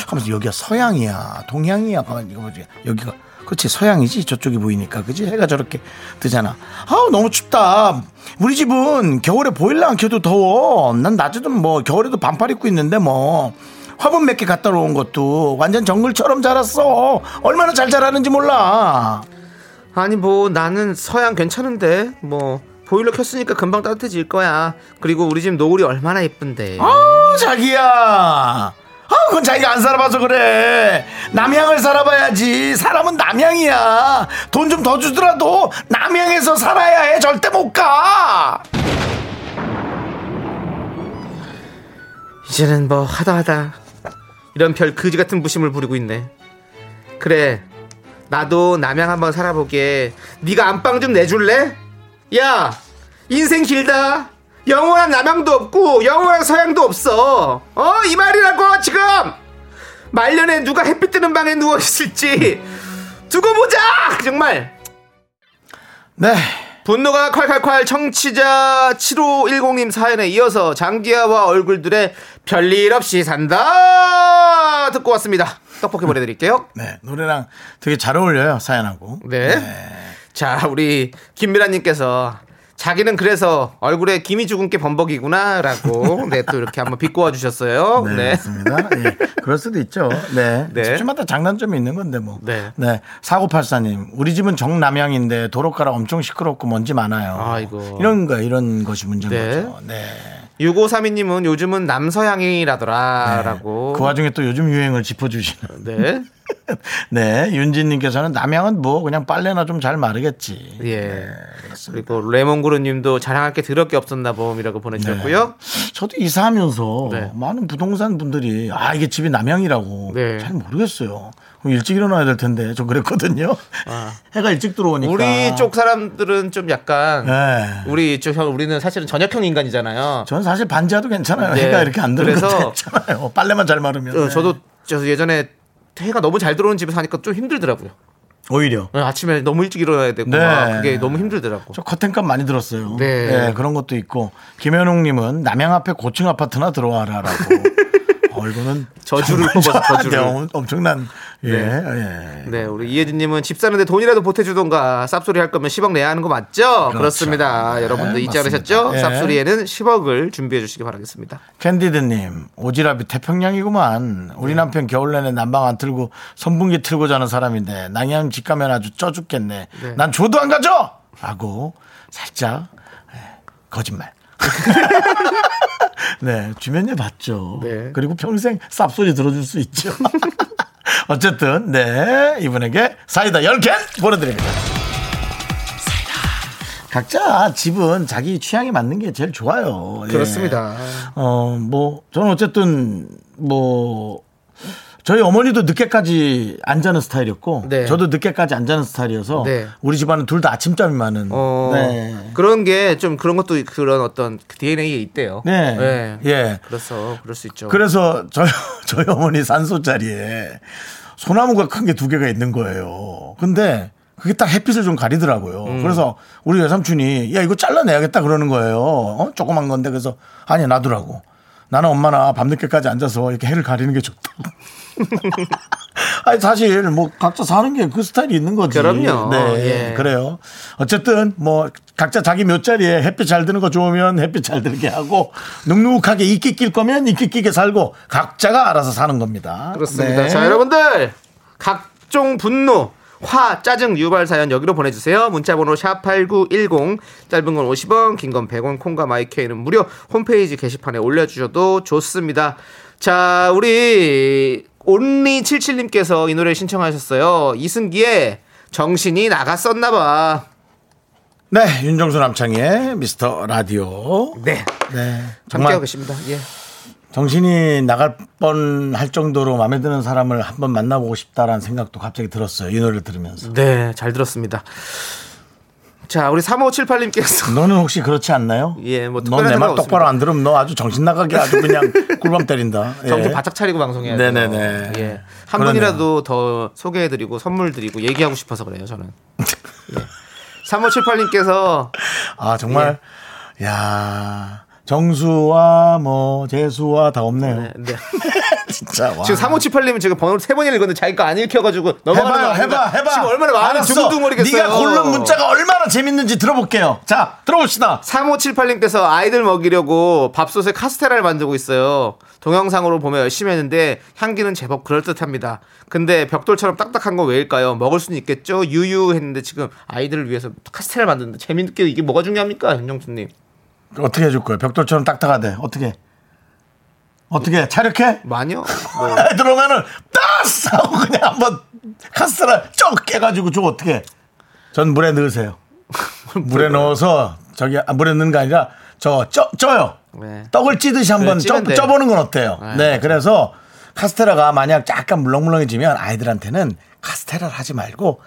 [SPEAKER 1] 하면서 여기가 서양이야, 동양이야, 가만 이거 뭐지? 여기가 그렇지 서양이지 저쪽이 보이니까 그지 해가 저렇게 뜨잖아. 아우 너무 춥다. 우리 집은 겨울에 보일러 안 켜도 더워. 난 낮에도 뭐 겨울에도 반팔 입고 있는데 뭐. 화분 몇 개 갖다 놓은 것도 완전 정글처럼 자랐어. 얼마나 잘 자라는지 몰라.
[SPEAKER 2] 아니 뭐 나는 서양 괜찮은데 뭐 보일러 켰으니까 금방 따뜻해질 거야 그리고 우리 집 노을이 얼마나 예쁜데
[SPEAKER 1] 아 자기야. 아, 그건 자기가 안 살아봐서 그래. 남양을 살아봐야지. 사람은 남양이야. 돈 좀 더 주더라도 남양에서 살아야 해. 절대 못 가.
[SPEAKER 2] 이제는 뭐 하다 하다 이런 별 그지 같은 부심을 부리고 있네. 그래 나도 남양 한번 살아보게. 네가 안방 좀 내줄래? 야 인생 길다. 영원한 남양도 없고 영원한 서양도 없어. 어 이 말이라고 지금 말년에 누가 햇빛 드는 방에 누워 있을지 두고 보자 정말.
[SPEAKER 1] 네.
[SPEAKER 2] 분노가 콸콸콸 청취자 7510님 사연에 이어서 장기하와 얼굴들의 별일 없이 산다 듣고 왔습니다. 떡볶이 보내드릴게요.
[SPEAKER 1] 네. 노래랑 되게 잘 어울려요. 사연하고.
[SPEAKER 2] 네. 자, 우리 김미라님께서 자기는 그래서 얼굴에 김이 죽은 게 범벅이구나라고 네 또 이렇게 한번 비꼬아 주셨어요.
[SPEAKER 1] 네,
[SPEAKER 2] 네.
[SPEAKER 1] 맞습니다. 예, 그럴 수도 있죠. 네.
[SPEAKER 2] 네.
[SPEAKER 1] 집집마다 장단점이 있는 건데 뭐.
[SPEAKER 2] 네.
[SPEAKER 1] 사고팔사님, 우리 집은 정남향인데 도로가라 엄청 시끄럽고 먼지 많아요.
[SPEAKER 2] 아이고.
[SPEAKER 1] 이런 거 이런 것이 문제인
[SPEAKER 2] 네.
[SPEAKER 1] 거죠. 네.
[SPEAKER 2] 6532님은
[SPEAKER 1] 네.
[SPEAKER 2] 요즘은 남서양이라더라라고.
[SPEAKER 1] 그 와중에 또 요즘 유행을 짚어주시는
[SPEAKER 2] 네.
[SPEAKER 1] 네, 윤진님께서는 남양은 뭐 그냥 빨래나 좀 잘 마르겠지.
[SPEAKER 2] 예. 그리고 레몬그루님도 자랑할 게 더럽게 없었나 봄이라고
[SPEAKER 1] 네.
[SPEAKER 2] 보내주셨고요.
[SPEAKER 1] 저도 이사하면서
[SPEAKER 2] 네.
[SPEAKER 1] 많은 부동산 분들이 아 이게 집이 남양이라고
[SPEAKER 2] 네.
[SPEAKER 1] 잘 모르겠어요. 그럼 일찍 일어나야 될 텐데 좀 그랬거든요. 해가 일찍 들어오니까
[SPEAKER 2] 아. 우리 쪽 사람들은 좀 약간
[SPEAKER 1] 그러니까. 네.
[SPEAKER 2] 우리 쪽 형, 우리는 사실은 저녁형 인간이잖아요.
[SPEAKER 1] 저는 사실 반지하도 괜찮아요.
[SPEAKER 2] 네.
[SPEAKER 1] 해가 이렇게 안 들어오는
[SPEAKER 2] 그래서-
[SPEAKER 1] 것도 괜찮아요. 빨래만 잘 마르면.
[SPEAKER 2] 어,
[SPEAKER 1] 네.
[SPEAKER 2] 저도 저 예전에 해가 너무 잘 들어오는 집에 사니까 좀 힘들더라고요.
[SPEAKER 1] 오히려
[SPEAKER 2] 어, 아침에 너무 일찍 일어나야 되고
[SPEAKER 1] 네.
[SPEAKER 2] 막 그게 너무 힘들더라고.
[SPEAKER 1] 저 커튼값 많이 들었어요.
[SPEAKER 2] 네.
[SPEAKER 1] 네, 그런 것도 있고 김현웅님은 남양 앞에 고층 아파트나 들어와라라고. 어, 이거는
[SPEAKER 2] 저주를
[SPEAKER 1] 정말
[SPEAKER 2] 뽑아서
[SPEAKER 1] 저한테
[SPEAKER 2] 저주를.
[SPEAKER 1] 엄- 엄청난 예, 예.
[SPEAKER 2] 네, 우리 이혜진님은 집 사는데 돈이라도 보태주던가 쌉소리 할 거면 10억 내야 하는 거 맞죠? 그렇습니다
[SPEAKER 1] 네,
[SPEAKER 2] 여러분들 잊지
[SPEAKER 1] 맞습니다.
[SPEAKER 2] 않으셨죠?
[SPEAKER 1] 예.
[SPEAKER 2] 쌉소리에는 10억을 준비해 주시기 바라겠습니다.
[SPEAKER 1] 캔디드님 오지랖이 태평양이구만
[SPEAKER 2] 네.
[SPEAKER 1] 우리 남편 겨울 내내 난방 안 틀고 선풍기 틀고 자는 사람인데 낭양 집 가면 아주 쪄 죽겠네 난 조도 안 가죠 라고 살짝 예, 거짓말 네 주면요 봤죠
[SPEAKER 2] 네.
[SPEAKER 1] 그리고 평생 쌉소리 들어줄 수 있죠 어쨌든 네 이분에게 사이다 10캔 보내드립니다 각자 집은 자기 취향에 맞는 게 제일 좋아요 예.
[SPEAKER 2] 그렇습니다.
[SPEAKER 1] 어, 뭐, 저는 어쨌든, 뭐, 저희 어머니도 늦게까지 안 자는 스타일이었고,
[SPEAKER 2] 네.
[SPEAKER 1] 저도 늦게까지 안 자는 스타일이어서,
[SPEAKER 2] 네.
[SPEAKER 1] 우리 집안은 둘 다 아침잠이 많은.
[SPEAKER 2] 어,
[SPEAKER 1] 네.
[SPEAKER 2] 그런 게 좀 그런 것도 그런 어떤 DNA에 있대요.
[SPEAKER 1] 네. 예.
[SPEAKER 2] 그래서 그럴 수 있죠.
[SPEAKER 1] 그래서 저희, 저희 어머니 산소 자리에 소나무가 큰 게 두 개가 있는 거예요. 근데 그게 딱 햇빛을 좀 가리더라고요.
[SPEAKER 2] 음.
[SPEAKER 1] 그래서 우리 외삼촌이 야 이거 잘라내야겠다 그러는 거예요. 어? 조그만 건데 그래서 아니 놔두라고. 나는 엄마나 밤늦게까지 앉아서 이렇게 해를 가리는 게 좋다고. 아니 사실 뭐 각자 사는 게 그 스타일이 있는 거지.
[SPEAKER 2] 그럼요.
[SPEAKER 1] 네,
[SPEAKER 2] 예.
[SPEAKER 1] 그래요. 어쨌든 뭐 각자 자기 묘자리에 햇빛 잘 드는 거 좋으면 햇빛 잘 들게 하고 눅눅하게 이끼 낄 거면 이끼 끼게 살고 각자가 알아서 사는 겁니다.
[SPEAKER 2] 그렇습니다.
[SPEAKER 1] 네.
[SPEAKER 2] 자, 여러분들 각종 분노, 화, 짜증 유발 사연 여기로 보내주세요. 문자번호 샵 #8910 짧은 건 50원, 긴 건 100원, 콩과 마이케이는 무료. 홈페이지 게시판에 올려주셔도 좋습니다. 자, 우리 온리 77님께서 이 노래 신청하셨어요. 이승기의 정신이 나갔었나봐.
[SPEAKER 1] 네, 윤정수 남창의 미스터 라디오.
[SPEAKER 2] 네,
[SPEAKER 1] 네,
[SPEAKER 2] 함께하고
[SPEAKER 1] 정말
[SPEAKER 2] 계십니다. 예.
[SPEAKER 1] 정신이 나갈 뻔 할 정도로 마음에 드는 사람을 한번 만나보고 싶다라는 생각도 갑자기 들었어요. 이 노래를 들으면서.
[SPEAKER 2] 네, 잘 들었습니다. 자, 우리 3578님께서
[SPEAKER 1] 너는 혹시 그렇지 않나요?
[SPEAKER 2] 예, 뭐 특별한
[SPEAKER 1] 넌내 말
[SPEAKER 2] 생각
[SPEAKER 1] 똑바로 안 들으면 너 아주 정신 나가게 아주 그냥 꿀밤 때린다. 예.
[SPEAKER 2] 정신 바짝 차리고 방송해야 돼요.
[SPEAKER 1] 네네네.
[SPEAKER 2] 예. 한
[SPEAKER 1] 그러네요.
[SPEAKER 2] 분이라도 더 소개해드리고 선물 드리고 얘기하고 싶어서 그래요, 저는. 예. 3578님께서
[SPEAKER 1] 아 정말 예. 야 정수와 뭐 재수와 다 없네요.
[SPEAKER 2] 네, 네.
[SPEAKER 1] 진짜 와.
[SPEAKER 2] 지금 3578님은 지금 번호를 세 번이나 읽었는데 자기가 안 읽혀가지고 넘어가는 거
[SPEAKER 1] 해봐
[SPEAKER 2] 아닙니까?
[SPEAKER 1] 해봐 해봐.
[SPEAKER 2] 지금 얼마나 많은
[SPEAKER 1] 알았어.
[SPEAKER 2] 두근두근거리겠어요.
[SPEAKER 1] 네가 고른 문자가 얼마나 재밌는지 들어볼게요. 자 들어봅시다.
[SPEAKER 2] 3578님께서 아이들 먹이려고 밥솥에 카스테라를 만들고 있어요. 동영상으로 보면 열심히 했는데 향기는 제법 그럴듯합니다. 근데 벽돌처럼 딱딱한 건 왜일까요? 먹을 수는 있겠죠? 유유 했는데 지금 아이들을 위해서 카스테라를 만드는데 재밌게 이게 뭐가 중요합니까? 윤정수님.
[SPEAKER 1] 어떻게 해줄 거예요? 벽돌처럼 딱딱하대. 어떻게? 어떻게 차력해?
[SPEAKER 2] 마녀? 뭐.
[SPEAKER 1] 아, 들어오면은 따스 하고 그냥 한번 카스테라 쩍 깨가지고 저 어떻게? 전 물에 넣으세요. 물에 넣어서 저기 아, 물에 넣는 거 아니라 저 쪄, 쪄요.
[SPEAKER 2] 네.
[SPEAKER 1] 떡을 찌듯이 한번
[SPEAKER 2] 그래,
[SPEAKER 1] 쪄,
[SPEAKER 2] 찌는데.
[SPEAKER 1] 쪄보는 건 어때요? 네. 그래서 카스테라가 만약 약간 물렁물렁해지면 아이들한테는 카스테라를 하지 말고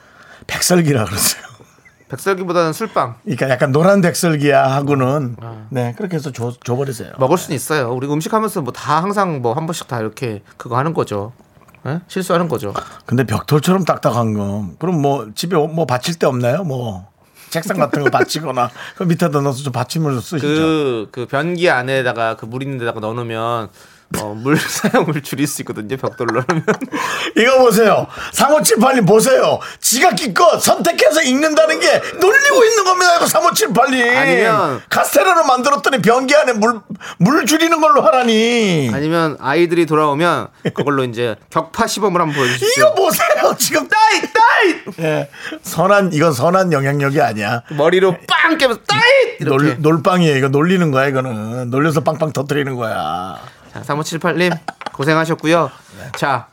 [SPEAKER 1] 백설기라 그러세요.
[SPEAKER 2] 백설기보다는 술빵.
[SPEAKER 1] 그러니까 약간 노란 백설기야 하고는 네 그렇게 해서 줘, 줘버리세요.
[SPEAKER 2] 먹을 수는 있어요. 우리 음식 하면서 뭐 다 항상 뭐 한 번씩 다 이렇게 그거 하는 거죠. 예? 실수하는 거죠.
[SPEAKER 1] 근데 벽돌처럼 딱딱한 거 그럼 뭐 집에 뭐 받칠 데 없나요? 뭐 책상 같은 거 받치거나 그 밑에다 넣어서 좀 받침을 쓰시죠.
[SPEAKER 2] 그, 그 변기 안에다가 그 물 있는 데다가 넣어놓으면 어, 물 사용을 줄일 수 있거든요. 벽돌로 하면.
[SPEAKER 1] 이거 보세요. 3578님 보세요. 지가 기껏 선택해서 읽는다는 게 놀리고 있는 겁니다. 이거 3578님.
[SPEAKER 2] 아니면-
[SPEAKER 1] 카스테라로 만들었더니 변기 안에 물, 물 줄이는 걸로 하라니.
[SPEAKER 2] 아니면 아이들이 돌아오면 그걸로 이제 격파 시범을 한번
[SPEAKER 1] 이거
[SPEAKER 2] 보여주십시오.
[SPEAKER 1] 보세요. 지금 따이, 따이. 예. 선한, 이건 선한 영향력이 아니야.
[SPEAKER 2] 머리로 빵 깨면서 따잇! 이렇게.
[SPEAKER 1] 놀, 놀빵이에요. 이거 놀리는 거야, 이거는. 놀려서 빵빵 터뜨리는 거야. 네.
[SPEAKER 2] 자, 3578님 고생하셨고요. 자,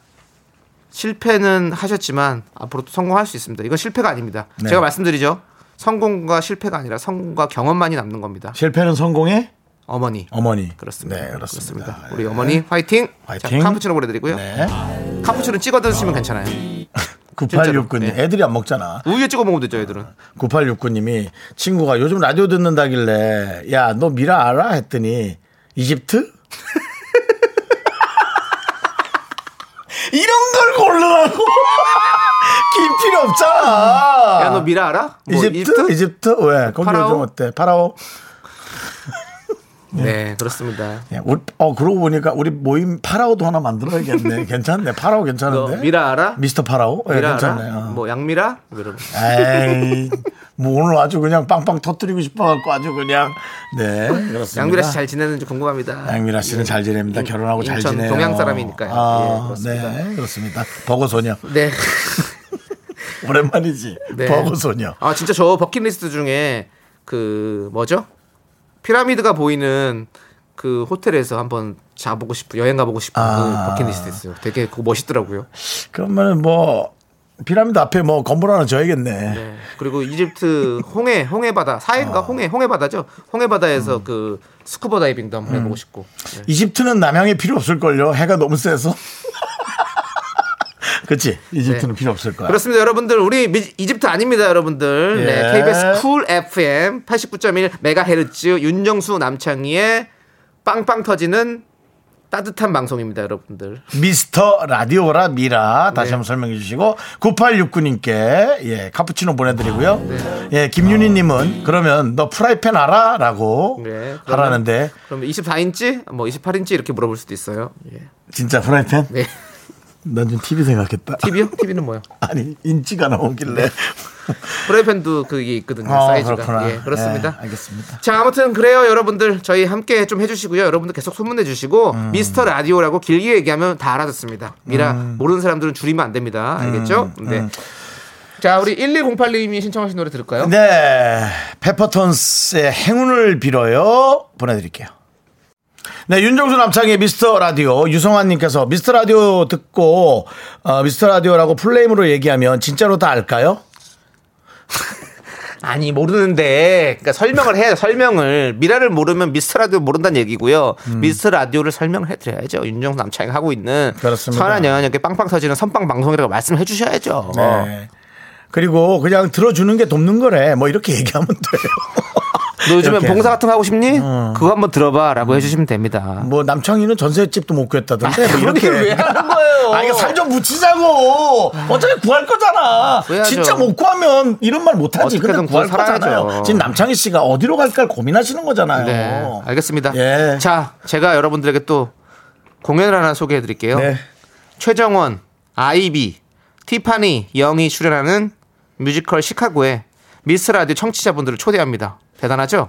[SPEAKER 2] 실패는 하셨지만 앞으로도 성공할 수 있습니다. 이건 실패가 아닙니다.
[SPEAKER 1] 네.
[SPEAKER 2] 제가 말씀드리죠. 성공과 실패가 아니라 성공과 경험만이 남는 겁니다.
[SPEAKER 1] 실패는 성공의
[SPEAKER 2] 어머니.
[SPEAKER 1] 어머니.
[SPEAKER 2] 그렇습니다.
[SPEAKER 1] 네, 그렇습니다.
[SPEAKER 2] 우리 어머니 화이팅.
[SPEAKER 1] 화이팅.
[SPEAKER 2] 자, 카푸치노 보내드리고요.
[SPEAKER 1] 네.
[SPEAKER 2] 카푸치노 찍어 드시면 괜찮아요.
[SPEAKER 1] 9869님.
[SPEAKER 2] 네.
[SPEAKER 1] 애들이 안 먹잖아.
[SPEAKER 2] 우유에 찍어 먹으면 되죠, 애들은.
[SPEAKER 1] 9869님이 친구가 요즘 라디오 듣는다길래 야 너 미라 알아 했더니 이집트 이런 걸 고르라고 길 필요 없잖아.
[SPEAKER 2] 야 너 미라 알아? 뭐
[SPEAKER 1] 이집트? 이집트 왜 거기
[SPEAKER 2] 파라오?
[SPEAKER 1] 요즘 어때 파라오
[SPEAKER 2] 네 그렇습니다.
[SPEAKER 1] 예, 우리- 어 그러고 보니까 우리 모임 파라오도 하나 만들어야겠네 괜찮네 파라오
[SPEAKER 2] 너
[SPEAKER 1] 괜찮은데
[SPEAKER 2] 미라 알아?
[SPEAKER 1] 미스터 파라오 예,
[SPEAKER 2] 미라
[SPEAKER 1] 괜찮네
[SPEAKER 2] 알아?
[SPEAKER 1] 어.
[SPEAKER 2] 뭐 양미라? 뭐 이런. 거.
[SPEAKER 1] 에이, 뭐 오늘 아주 그냥 빵빵 터뜨리고 싶어갖고 아주 그냥 네 그렇습니다.
[SPEAKER 2] 양미라 씨 잘 지내는지 궁금합니다.
[SPEAKER 1] 양미라 씨는 잘 지냅니다. 결혼하고 잘
[SPEAKER 2] 인천
[SPEAKER 1] 지내요.
[SPEAKER 2] 동양 사람이니까요.
[SPEAKER 1] 아,
[SPEAKER 2] 예, 그렇습니다.
[SPEAKER 1] 네, 그렇습니다. 버거 소녀
[SPEAKER 2] 네.
[SPEAKER 1] 오랜만이지.
[SPEAKER 2] 네.
[SPEAKER 1] 버거 소녀.
[SPEAKER 2] 아 진짜 저 버킷리스트 중에 그 뭐죠? 피라미드가 보이는 그 호텔에서 한번 자보고 싶은 여행 가보고 싶은
[SPEAKER 1] 아.
[SPEAKER 2] 그 버킷리스트 있어요. 되게 그거 멋있더라고요.
[SPEAKER 1] 그러면 뭐 피라미드 앞에 뭐 건물 하나 줘야겠네.
[SPEAKER 2] 네. 그리고 이집트 홍해 홍해 바다
[SPEAKER 1] 아.
[SPEAKER 2] 사해인가 홍해 홍해 바다죠. 홍해 바다에서
[SPEAKER 1] 음.
[SPEAKER 2] 그 스쿠버 다이빙도 한번 해보고 싶고. 네.
[SPEAKER 1] 이집트는 남향이 필요 없을 걸요. 해가 너무 세서. 그치 이집트는
[SPEAKER 2] 네.
[SPEAKER 1] 필요 없을 거야.
[SPEAKER 2] 그렇습니다, 여러분들. 우리 미- 이집트 아닙니다, 여러분들.
[SPEAKER 1] 아. 예.
[SPEAKER 2] 네, KBS 쿨 FM 89.1 메가헤르츠 윤정수 남창희의 빵빵 터지는 따뜻한 방송입니다, 여러분들.
[SPEAKER 1] 미스터 라디오라 미라 다시
[SPEAKER 2] 네.
[SPEAKER 1] 한번 설명해 주시고 9869님께 예 카푸치노 보내드리고요.
[SPEAKER 2] 아, 네.
[SPEAKER 1] 예 김윤희님은 그러면 너 프라이팬 알아라고
[SPEAKER 2] 네, 그러면-
[SPEAKER 1] 하라는데
[SPEAKER 2] 그럼 24인치, 뭐 28인치 이렇게 물어볼 수도 있어요. 예.
[SPEAKER 1] 진짜 프라이팬?
[SPEAKER 2] 네,
[SPEAKER 1] 난 좀 TV 생각했다.
[SPEAKER 2] TV요? TV는 뭐요?
[SPEAKER 1] 아니 인치가 나오길래.
[SPEAKER 2] 프라이팬도 그게 있거든요,
[SPEAKER 1] 어,
[SPEAKER 2] 네. 사이즈가.
[SPEAKER 1] 그렇구나.
[SPEAKER 2] 예, 그렇습니다.
[SPEAKER 1] 예, 알겠습니다.
[SPEAKER 2] 자, 아무튼 그래요, 여러분들. 저희 함께 좀 해주시고요. 여러분들 계속 소문내 주시고
[SPEAKER 1] 음.
[SPEAKER 2] 미스터 라디오라고 길게 얘기하면 다 알아듣습니다. 미라
[SPEAKER 1] 음.
[SPEAKER 2] 모르는 사람들은 줄이면 안 됩니다. 알겠죠? 네. 자, 우리 1108님이 신청하신 노래 들을까요?
[SPEAKER 1] 네 페퍼톤스의 행운을 빌어요 보내드릴게요. 네, 윤정수 남창의 미스터 라디오 유성환님께서 미스터 라디오 듣고 어, 미스터 라디오라고 플레임으로 얘기하면 진짜로 다 알까요?
[SPEAKER 2] 아니 모르는데 그러니까 설명을 해야 설명을 미라를 모르면 미스터 라디오 모른다는 얘기고요.
[SPEAKER 1] 음.
[SPEAKER 2] 미스터 라디오를 설명을 해드려야죠. 윤정수 남창이 하고 있는
[SPEAKER 1] 그렇습니다.
[SPEAKER 2] 선한 영향력에 빵빵 터지는 선빵 방송이라고 말씀해 주셔야죠.
[SPEAKER 1] 네. 그리고 그냥 들어주는 게 돕는 거래. 뭐 이렇게 얘기하면 돼요.
[SPEAKER 2] 너 요즘에
[SPEAKER 1] 이렇게. 음.
[SPEAKER 2] 봉사 같은 거 하고 싶니? 그거 한번 들어봐라고 해주시면 됩니다.
[SPEAKER 1] 뭐 남창희는 전셋집도 못 구했다던데. 뭐
[SPEAKER 2] 아, 그런
[SPEAKER 1] 이렇게.
[SPEAKER 2] 얘기를 왜 하는 거예요?
[SPEAKER 1] 아, 이거 살 좀 붙이자고. 어차피 구할 거잖아.
[SPEAKER 2] 구해야죠.
[SPEAKER 1] 진짜 못 구하면 이런 말 못 하지. 근데
[SPEAKER 2] 어떻게든
[SPEAKER 1] 구할
[SPEAKER 2] 구해 살아야죠.
[SPEAKER 1] 거잖아요. 지금 남창희 씨가 어디로 갈까 고민하시는 거잖아요.
[SPEAKER 2] 네, 알겠습니다.
[SPEAKER 1] 어. 예.
[SPEAKER 2] 자, 제가 여러분들에게 또 공연을 하나 소개해 드릴게요.
[SPEAKER 1] 네.
[SPEAKER 2] 최정원, 아이비, 티파니, 영이 출연하는 뮤지컬 시카고에 미스라디오 청취자분들을 초대합니다. 대단하죠?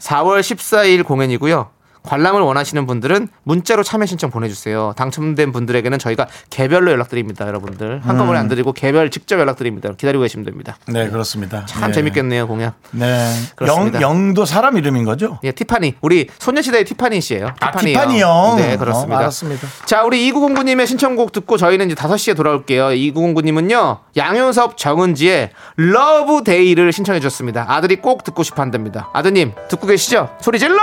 [SPEAKER 2] 4월 14일 공연이고요. 관람을 원하시는 분들은 문자로 참여 신청 보내주세요. 당첨된 분들에게는 저희가 개별로 연락드립니다, 여러분들.
[SPEAKER 1] 음.
[SPEAKER 2] 한꺼번에 안 드리고 개별 직접 연락드립니다. 기다리고 계시면 됩니다.
[SPEAKER 1] 네, 그렇습니다.
[SPEAKER 2] 참
[SPEAKER 1] 예.
[SPEAKER 2] 재밌겠네요, 공연.
[SPEAKER 1] 네. 영,
[SPEAKER 2] 그렇습니다.
[SPEAKER 1] 영도 사람 이름인 거죠?
[SPEAKER 2] 예, 티파니. 우리 소녀시대의 티파니 씨예요.
[SPEAKER 1] 아,
[SPEAKER 2] 형.
[SPEAKER 1] 티파니 형.
[SPEAKER 2] 네, 그렇습니다.
[SPEAKER 1] 어, 알았습니다.
[SPEAKER 2] 자, 우리 2909 님의 신청곡 듣고 저희는 이제 5시에 돌아올게요. 2909 님은요. 양효섭 정은지의 러브 데이를 신청해 주셨습니다. 아들이 꼭 듣고 싶어 한답니다. 아드님, 듣고 계시죠? 소리 질러!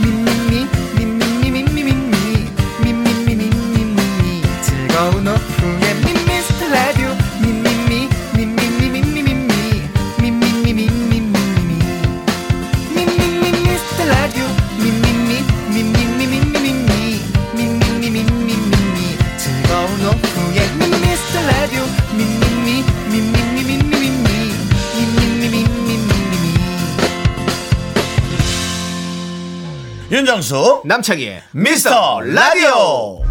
[SPEAKER 5] 미미미 미미미 미미미 미미미 미미미 즐거운 오후에 미스터 라디오 미미미 미미미 미미미 미미미 미미미
[SPEAKER 1] 윤정수.
[SPEAKER 2] 네. 남창희의
[SPEAKER 1] 미스터 라디오.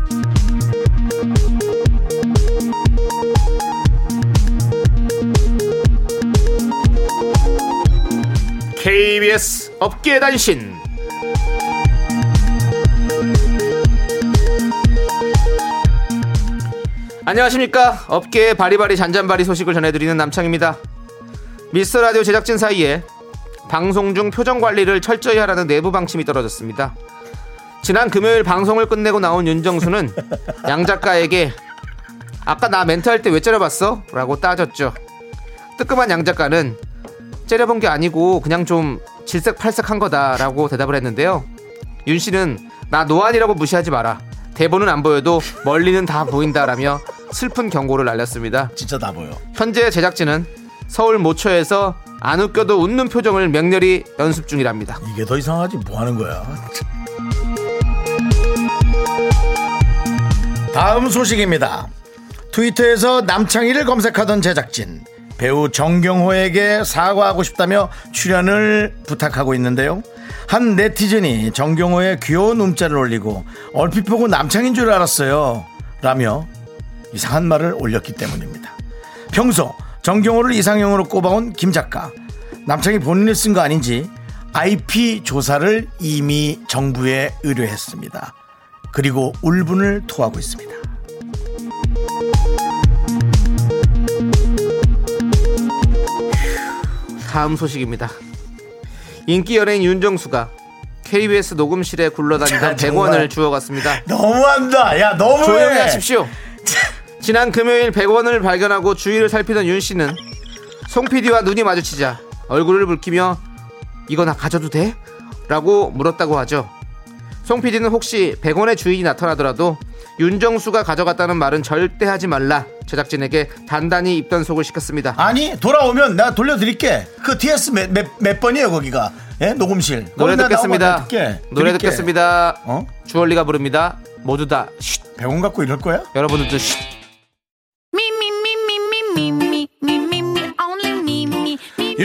[SPEAKER 2] KBS 업계 단신. 안녕하십니까 업계의 바리바리 잔잔바리 소식을 전해드리는 남창입니다 미스터 라디오 제작진 사이에 방송 중 표정 관리를 철저히 하라는 내부 방침이 떨어졌습니다 지난 금요일 방송을 끝내고 나온 윤정수는 양 작가에게 아까 나 멘트 할 때 왜 째려봤어? 라고 따졌죠 뜨끔한 양 작가는 째려본 게 아니고 그냥 좀 질색팔색한 거다라고 대답을 했는데요. 윤 씨는 나 노안이라고 무시하지 마라. 대본은 안 보여도 멀리는 다 보인다라며 슬픈 경고를 날렸습니다.
[SPEAKER 1] 진짜 다 보여.
[SPEAKER 2] 현재 제작진은 서울 모처에서 안 웃겨도 웃는 표정을 맹렬히 연습 중이랍니다.
[SPEAKER 1] 이게 더 이상하지 뭐 하는 거야. 다음 소식입니다. 트위터에서 남창희를 검색하던 제작진 배우 정경호에게 사과하고 싶다며 출연을 부탁하고 있는데요. 한 네티즌이 정경호의 귀여운 움짤을 올리고 얼핏 보고 남창인 줄 알았어요. 라며 이상한 말을 올렸기 때문입니다. 평소 정경호를 이상형으로 꼽아온 김 작가 남창이 본인을 쓴 거 아닌지 IP 조사를 이미 정부에 의뢰했습니다. 그리고 울분을 토하고 있습니다.
[SPEAKER 2] 다음 소식입니다. 인기 연예인 윤정수가 KBS 녹음실에
[SPEAKER 1] 자,
[SPEAKER 2] 굴러다니던
[SPEAKER 1] 정말.
[SPEAKER 2] 100원을 주워갔습니다.
[SPEAKER 1] 너무한다. 야 너무해.
[SPEAKER 2] 조용히 하십시오. 지난 금요일 100원을 발견하고 주위를 살피던 윤 씨는 송 PD와 눈이 마주치자 얼굴을 붉히며 이거 나 가져도 돼? 라고 물었다고 하죠. 송 PD는 혹시 100원의 주인이 나타나더라도 윤정수가 가져갔다는 말은 절대 하지 말라 제작진에게 단단히 입단속을 시켰습니다.
[SPEAKER 1] 아니 돌아오면 나 돌려드릴게. 그 TS 몇, 몇, 몇 번이에요 거기가? 예? 녹음실. 거기 나
[SPEAKER 2] 노래
[SPEAKER 1] 나오면 나
[SPEAKER 2] 듣겠습니다.
[SPEAKER 1] 듣게.
[SPEAKER 2] 노래
[SPEAKER 1] 드릴게.
[SPEAKER 2] 듣겠습니다.
[SPEAKER 1] 어?
[SPEAKER 2] 주얼리가 부릅니다. 모두 다 쉿.
[SPEAKER 1] 병원 갖고 이럴 거야?
[SPEAKER 2] 여러분들도 쉿.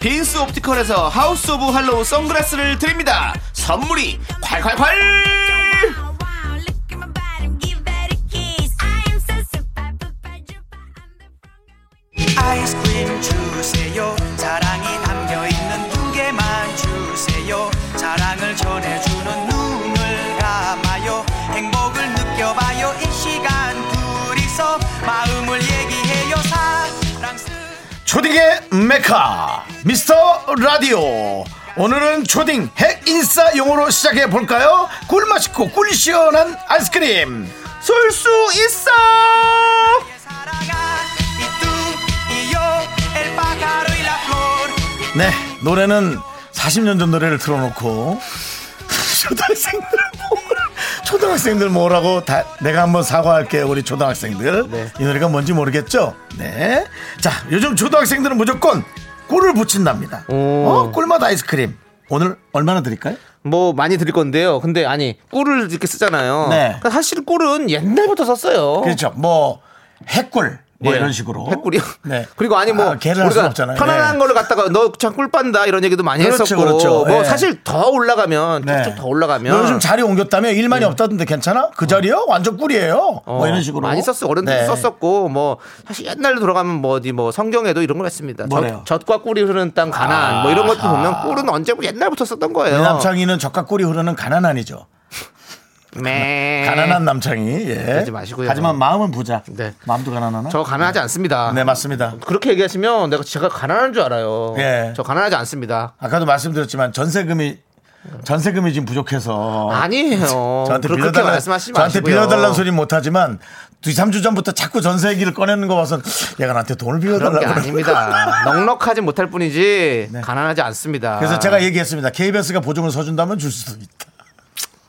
[SPEAKER 2] 빈스 옵티컬에서 하우스 오브 할로우 선글라스를 드립니다. 선물이 콸콸콸!
[SPEAKER 5] 아이스크림 주세요 사랑이 담겨있는 두 개만 주세요 사랑을 전해주는 눈을 감아요 행복을 느껴봐요 이 시간 둘이서 마음을 얘기해요 사랑스
[SPEAKER 1] 초딩의 메카 미스터 라디오 오늘은 초딩 핵 인싸 용어로 시작해 볼까요? 꿀 맛있고 꿀 시원한 아이스크림 쏠 수 있어 네 노래는 40년 전 노래를 틀어놓고 초등학생들 뭐라 초등학생들 뭐라고 다 내가 한번 사과할게요 우리 초등학생들
[SPEAKER 2] 네.
[SPEAKER 1] 이 노래가 뭔지 모르겠죠 네자 요즘 초등학생들은 무조건 꿀을 붙인답니다 어 꿀맛 아이스크림 오늘 얼마나 드릴까요
[SPEAKER 2] 뭐 많이 드릴 건데요. 근데 아니 꿀을 이렇게 쓰잖아요.
[SPEAKER 1] 네.
[SPEAKER 2] 그러니까 사실 꿀은 옛날부터 썼어요.
[SPEAKER 1] 그렇죠 뭐 핵꿀 뭐
[SPEAKER 2] 예.
[SPEAKER 1] 이런 식으로
[SPEAKER 2] 핵꿀이요.
[SPEAKER 1] 네
[SPEAKER 2] 그리고 아니 뭐
[SPEAKER 1] 아, 개를 할 수는
[SPEAKER 2] 우리가
[SPEAKER 1] 없잖아요
[SPEAKER 2] 편안한
[SPEAKER 1] 네.
[SPEAKER 2] 걸로 갔다가 너참꿀 빤다 이런 얘기도 많이
[SPEAKER 1] 그렇죠,
[SPEAKER 2] 했었고
[SPEAKER 1] 그렇죠.
[SPEAKER 2] 뭐
[SPEAKER 1] 예.
[SPEAKER 2] 사실 더 올라가면
[SPEAKER 1] 네.
[SPEAKER 2] 쭉쭉 더 올라가면
[SPEAKER 1] 너 요즘 자리 옮겼다며 일만이 없다던데 괜찮아? 그 자리요? 완전 꿀이에요. 뭐 이런 식으로
[SPEAKER 2] 어, 많이 썼어 어른들
[SPEAKER 1] 네.
[SPEAKER 2] 도 썼었고 뭐 사실 옛날로 돌아가면 뭐 어디 뭐 성경에도 이런 걸 했습니다.
[SPEAKER 1] 뭐래요? 아.
[SPEAKER 2] 젖, 과 꿀이 흐르는 땅 가나안 뭐 이런 것도 보면 꿀은 언제고 뭐 옛날부터 썼던 거예요.
[SPEAKER 1] 남창이는 젓가 꿀이 흐르는 가난한이죠.
[SPEAKER 2] 네.
[SPEAKER 1] 가난한 남창이. 예.
[SPEAKER 2] 그러지 마시고요.
[SPEAKER 1] 하지만 마음은 부자.
[SPEAKER 2] 네.
[SPEAKER 1] 마음도 가난하나?
[SPEAKER 2] 저 가난하지 않습니다.
[SPEAKER 1] 네 맞습니다.
[SPEAKER 2] 그렇게 얘기하시면 내가 제가 가난한 줄 알아요.
[SPEAKER 1] 예.
[SPEAKER 2] 저 가난하지 않습니다.
[SPEAKER 1] 아까도 말씀드렸지만 전세금이 전세금이 지금 부족해서
[SPEAKER 2] 아니에요.
[SPEAKER 1] 저한테
[SPEAKER 2] 그렇게
[SPEAKER 1] 빌려달라
[SPEAKER 2] 말씀하시지
[SPEAKER 1] 저한테
[SPEAKER 2] 마시고요.
[SPEAKER 1] 빌려달라는 소리 못하지만 2, 3주 전부터 자꾸 전세 얘기를 꺼내는 거 봐서 얘가 나한테 돈을
[SPEAKER 2] 그런 게
[SPEAKER 1] 빌려달라고 그러는
[SPEAKER 2] 아닙니다. 넉넉하지 못할 뿐이지
[SPEAKER 1] 네.
[SPEAKER 2] 가난하지 않습니다.
[SPEAKER 1] 그래서 제가 얘기했습니다. KBS가 보증을 서준다면 줄 수도 있다.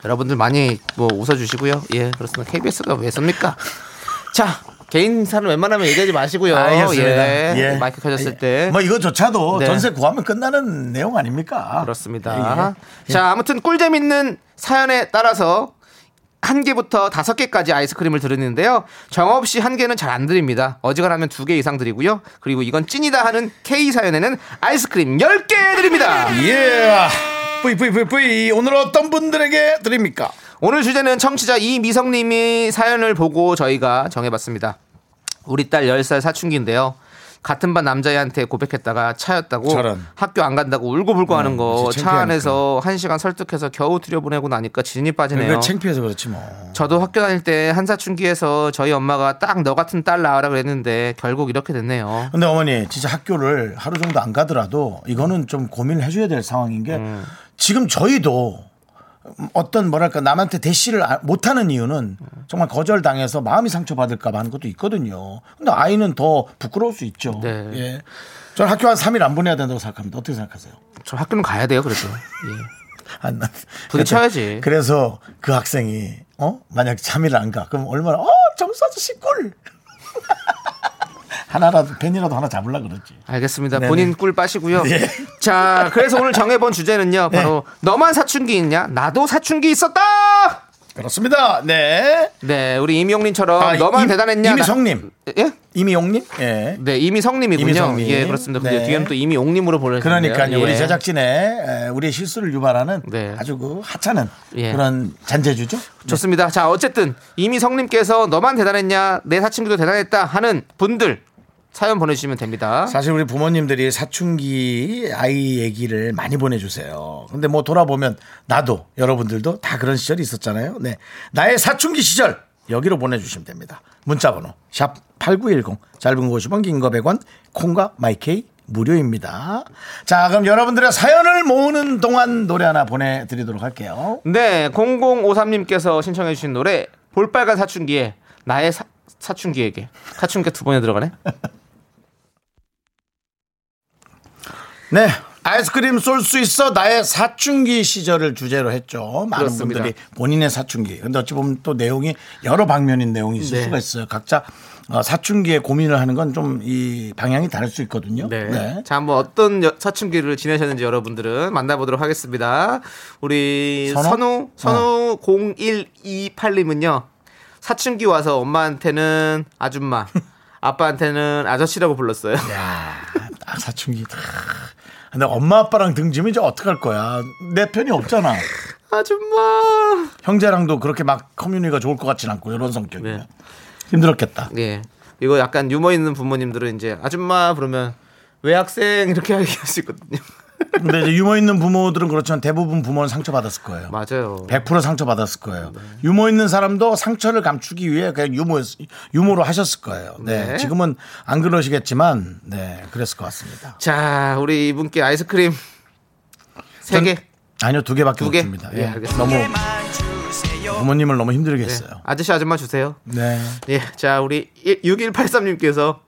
[SPEAKER 2] 여러분들 많이 뭐 웃어주시고요. 예, 그렇습니다. KBS가 왜 씁니까? 자, 개인 사는 웬만하면 얘기하지 마시고요. 어, 예, 마이크 켜졌을
[SPEAKER 1] 예.
[SPEAKER 2] 때.
[SPEAKER 1] 뭐 이거조차도
[SPEAKER 2] 네.
[SPEAKER 1] 전세 구하면 끝나는 내용 아닙니까?
[SPEAKER 2] 그렇습니다.
[SPEAKER 1] 예.
[SPEAKER 2] 자, 아무튼 꿀잼 있는 사연에 따라서 한 개부터 다섯 개까지 아이스크림을 드리는데요. 정업 없이 한 개는 잘 안 드립니다. 어지간하면 두 개 이상 드리고요. 그리고 이건 찐이다 하는 K 사연에는 아이스크림 10개 드립니다.
[SPEAKER 1] 예. 뿌이 뿌이 뿌이 뿌이. 오늘 어떤 분들에게 드립니까?
[SPEAKER 2] 오늘 주제는 청취자 이미성님이 사연을 보고 저희가 정해봤습니다. 우리 딸 10살 사춘기인데요. 같은 반 남자애한테 고백했다가 차였다고
[SPEAKER 1] 저런.
[SPEAKER 2] 학교 안 간다고 울고불고 하는 거
[SPEAKER 1] 진짜
[SPEAKER 2] 차
[SPEAKER 1] 창피하니까.
[SPEAKER 2] 안에서 한시간 설득해서 겨우 들여보내고 나니까 진이 빠지네요. 네.
[SPEAKER 1] 그러니까 창피해서 그렇지 뭐.
[SPEAKER 2] 저도 학교 다닐 때 한사춘기에서 저희 엄마가 딱 너 같은 딸 낳으라 그랬는데 결국 이렇게 됐네요.
[SPEAKER 1] 근데 어머니 진짜 학교를 하루 정도 안 가더라도 이거는 좀 고민을 해줘야 될 상황인 게
[SPEAKER 2] 음.
[SPEAKER 1] 지금 저희도 어떤 뭐랄까 남한테 대시를 아- 못하는 이유는 정말 거절당해서 마음이 상처받을까봐 하는 것도 있거든요. 근데 아이는 더 부끄러울 수 있죠.
[SPEAKER 2] 네.
[SPEAKER 1] 예. 저는 학교 한 3일 안 보내야 된다고 생각합니다. 어떻게 생각하세요?
[SPEAKER 2] 저 학교는 가야 돼요, 그래도. 예.
[SPEAKER 1] 안 나.
[SPEAKER 2] 부딪혀야지.
[SPEAKER 1] 그래서 그 학생이 어 만약 3일 안 가, 그럼 얼마나 어 정수 아저씨 꿀 하나라도 펜이라도 하나 잡으려 그러지.
[SPEAKER 2] 알겠습니다.
[SPEAKER 1] 네네.
[SPEAKER 2] 본인 꿀 빠시고요.
[SPEAKER 1] 예. 네.
[SPEAKER 2] 자, 그래서 오늘 정해본 주제는요. 바로 너만 사춘기 있냐? 나도 사춘기 있었다.
[SPEAKER 1] 그렇습니다. 네.
[SPEAKER 2] 네, 우리 이미용님처럼
[SPEAKER 1] 아,
[SPEAKER 2] 너만
[SPEAKER 1] 임-
[SPEAKER 2] 대단했냐?
[SPEAKER 1] 이미성님.
[SPEAKER 2] 나- 예?
[SPEAKER 1] 이미용님? 예.
[SPEAKER 2] 네, 이미성님이군요.
[SPEAKER 1] 이미성님.
[SPEAKER 2] 예, 그렇습니다.
[SPEAKER 1] 네.
[SPEAKER 2] 근데 뒤에는 또 이미용님으로 보내주셨네요.
[SPEAKER 1] 그러니까요.
[SPEAKER 2] 예.
[SPEAKER 1] 우리 제작진의 에, 우리의 실수를 유발하는
[SPEAKER 2] 네.
[SPEAKER 1] 아주 그 하찮은
[SPEAKER 2] 예.
[SPEAKER 1] 그런 잔재주죠.
[SPEAKER 2] 좋습니다. 자, 어쨌든 이미성님께서 너만 대단했냐, 내 사춘기도 대단했다 하는 분들 사연 보내주시면 됩니다.
[SPEAKER 1] 사실 우리 부모님들이 사춘기 아이 얘기를 많이 보내주세요. 근데 뭐 돌아보면 나도 여러분들도 다 그런 시절이 있었잖아요. 네. 나의 사춘기 시절 여기로 보내주시면 됩니다. 문자번호 샵8910 짧은 거 50원 긴 거 100원 콩과 마이케이 무료입니다. 자 그럼 여러분들의 사연을 모으는 동안 노래 하나 보내드리도록 할게요.
[SPEAKER 2] 네, 0053님께서 신청해주신 노래 볼빨간 사춘기에 나의 사, 춘기에게 사춘기 두 번에 들어가네.
[SPEAKER 1] 네. 아이스크림 쏠 수 있어 나의 사춘기 시절을 주제로 했죠. 많은
[SPEAKER 2] 그렇습니다.
[SPEAKER 1] 분들이 본인의 사춘기. 근데 어찌 보면 또 내용이 여러 방면인 내용이 있을
[SPEAKER 2] 네.
[SPEAKER 1] 수가 있어요. 각자 어, 사춘기에 고민을 하는 건 좀 이 방향이 다를 수 있거든요.
[SPEAKER 2] 네.
[SPEAKER 1] 네.
[SPEAKER 2] 자, 한번 어떤 여- 사춘기를 지내셨는지 여러분들은 만나보도록 하겠습니다. 우리
[SPEAKER 1] 선호?
[SPEAKER 2] 선우 선우 0128님은요. 사춘기 와서 엄마한테는 아줌마, 아빠한테는 아저씨라고 불렀어요.
[SPEAKER 1] 야, 딱 아, 사춘기. 다. 근데 엄마 아빠랑 등지면 이제 어떡할 거야. 내 편이 없잖아.
[SPEAKER 2] 아줌마.
[SPEAKER 1] 형제랑도 그렇게 막 커뮤니가 좋을 것 같진 않고 이런 성격이면
[SPEAKER 2] 네.
[SPEAKER 1] 힘들었겠다.
[SPEAKER 2] 예. 이거 약간 유머 있는 부모님들은 이제 아줌마 부르면 외학생 이렇게 얘기할 수 있거든요.
[SPEAKER 1] 근데 이제 유머 있는 부모들은 그렇지만 대부분 부모는 상처받았을 거예요.
[SPEAKER 2] 맞아요.
[SPEAKER 1] 100% 상처받았을 거예요. 유머 있는 사람도 상처를 감추기 위해 그냥 유머, 유머로 하셨을 거예요. 네.
[SPEAKER 2] 네.
[SPEAKER 1] 지금은 안 그러시겠지만, 네. 그랬을 것 같습니다.
[SPEAKER 2] 자, 우리 이분께 아이스크림 세
[SPEAKER 1] 전- 네.
[SPEAKER 2] 개.
[SPEAKER 1] 아니요, 두 개밖에
[SPEAKER 2] 두
[SPEAKER 1] 못
[SPEAKER 2] 개?
[SPEAKER 1] 줍니다.
[SPEAKER 2] 예, 알겠습니다.
[SPEAKER 1] 너무,
[SPEAKER 5] 개만 주세요
[SPEAKER 1] 부모님을 너무 힘들게
[SPEAKER 2] 예.
[SPEAKER 1] 했어요.
[SPEAKER 2] 아저씨 아줌마 주세요.
[SPEAKER 1] 네.
[SPEAKER 2] 예, 자 우리 6183님께서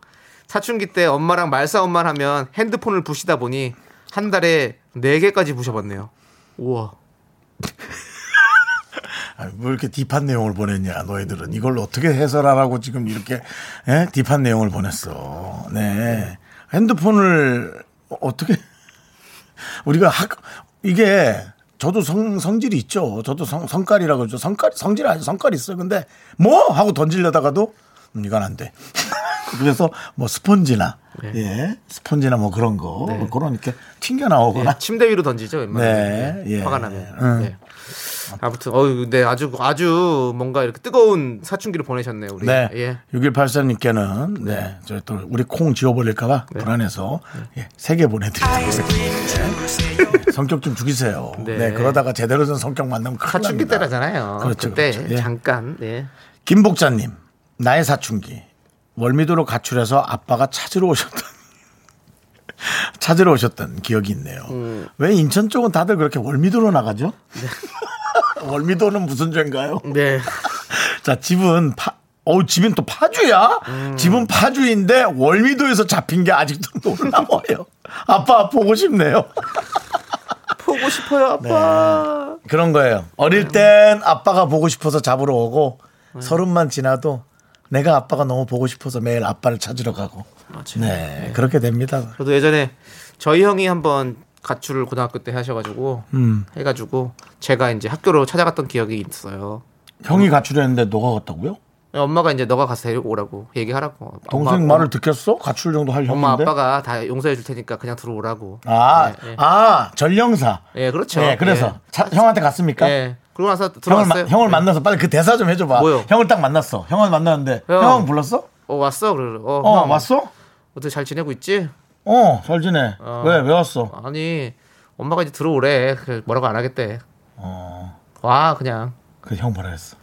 [SPEAKER 2] 사춘기 때 엄마랑 말싸움만 하면 핸드폰을 부시다 보니 한 달에 4개까지 부셔봤네요. 우와.
[SPEAKER 1] 아, 왜 이렇게 딥한 내용을 보냈냐, 너희들은. 이걸 어떻게 해설하라고 지금 이렇게, 예? 딥한 내용을 보냈어. 네. 핸드폰을 어- 어떻게, 우리가 학, 이게, 저도 성, 성질이 있죠. 저도 성, 성깔이라고 그러죠. 성깔, 성질 아니, 성깔이 있어요. 근데, 뭐? 하고 던지려다가도, 음, 이건 안 돼. 그래서, 뭐, 스펀지나, 예, 스펀지나 뭐 그런 거, 그런 이렇게 튕겨나오거나.
[SPEAKER 2] 예, 침대 위로 던지죠,
[SPEAKER 1] 네,
[SPEAKER 2] 웬만하면. 예,
[SPEAKER 1] 예.
[SPEAKER 2] 화가 나면.
[SPEAKER 1] 음.
[SPEAKER 2] 예. 아무튼 어유, 근데 아주 아주 뭔가 이렇게 뜨거운 사춘기를 보내셨네요, 우리.
[SPEAKER 1] 네.
[SPEAKER 2] 예.
[SPEAKER 1] 6184님께는 네. 저희 또 우리 콩 지워버릴까봐
[SPEAKER 2] 네.
[SPEAKER 1] 불안해서 예, 세 개 보내드릴게요.
[SPEAKER 5] 아이스크림 주세요
[SPEAKER 1] 성격 좀 죽이세요. 네.
[SPEAKER 2] 네.
[SPEAKER 1] 그러다가 제대로 된 성격 만나면 큰일
[SPEAKER 2] 사춘기
[SPEAKER 1] 납니다.
[SPEAKER 2] 때라잖아요.
[SPEAKER 1] 그렇죠,
[SPEAKER 2] 때
[SPEAKER 1] 그렇죠. 예.
[SPEAKER 2] 잠깐. 예.
[SPEAKER 1] 김복자님, 나의 사춘기. 월미도로 가출해서 아빠가 찾으러 오셨던 찾으러 오셨던 기억이 있네요.
[SPEAKER 2] 음.
[SPEAKER 1] 왜 인천 쪽은 다들 그렇게 월미도로 나가죠? 월미도는 무슨 죄인가요?
[SPEAKER 2] 네.
[SPEAKER 1] 자, 집은 파, 어 집은 또 파주야?
[SPEAKER 2] 음.
[SPEAKER 1] 집은 파주인데 월미도에서 잡힌 게 아직도 놀라워요. 아빠 보고 싶네요.
[SPEAKER 2] 보고 싶어요,
[SPEAKER 1] 네.
[SPEAKER 2] 아빠.
[SPEAKER 1] 그런 거예요. 어릴
[SPEAKER 2] 네.
[SPEAKER 1] 땐 아빠가 보고 싶어서 잡으러 오고 서른만 지나도 내가 아빠가 너무 보고 싶어서 매일 아빠를 찾으러 가고. 네, 그렇게 됩니다.
[SPEAKER 2] 저도 예전에 저희 형이 한번 가출을
[SPEAKER 1] 음.
[SPEAKER 2] 고등학교 때 하셔가지고 해가지고 제가 이제 학교로 찾아갔던 기억이 있어요.
[SPEAKER 1] 형이 가출했는데 너가 갔다고요?
[SPEAKER 2] 엄마가 이제 너가 가서 데리고 오라고 얘기하라고.
[SPEAKER 1] 동생
[SPEAKER 2] 엄마,
[SPEAKER 1] 말을 듣겠어? 가출 정도 할
[SPEAKER 2] 엄마
[SPEAKER 1] 형인데?
[SPEAKER 2] 아빠가 다 용서해 줄 테니까 그냥 들어오라고.
[SPEAKER 1] 아,
[SPEAKER 2] 예, 예.
[SPEAKER 1] 아, 전령사.
[SPEAKER 2] 예, 그렇죠.
[SPEAKER 1] 예, 그래서 자- 형한테
[SPEAKER 2] 예.
[SPEAKER 1] 갔습니까?
[SPEAKER 2] 예. 그러고 나서
[SPEAKER 1] 형을,
[SPEAKER 2] 들어왔어요.
[SPEAKER 1] 마- 형을
[SPEAKER 2] 예.
[SPEAKER 1] 만나서 빨리 그 대사 좀 해줘봐.
[SPEAKER 2] 뭐요?
[SPEAKER 1] 형을 딱 만났어. 형을 만났는데
[SPEAKER 2] 형.
[SPEAKER 1] 형 불렀어?
[SPEAKER 2] 어 왔어 그래. 어,
[SPEAKER 1] 어,
[SPEAKER 2] 형,
[SPEAKER 1] 왔어?
[SPEAKER 2] 어떻게 잘 지내고 있지?
[SPEAKER 1] 어, 잘 지내.
[SPEAKER 2] 어.
[SPEAKER 1] 왜, 왜 왔어?
[SPEAKER 2] 아니 엄마가 이제 들어오래. 그 뭐라고 안 하겠대.
[SPEAKER 1] 어.
[SPEAKER 2] 와 그냥
[SPEAKER 1] 그 형 뭐라 했어?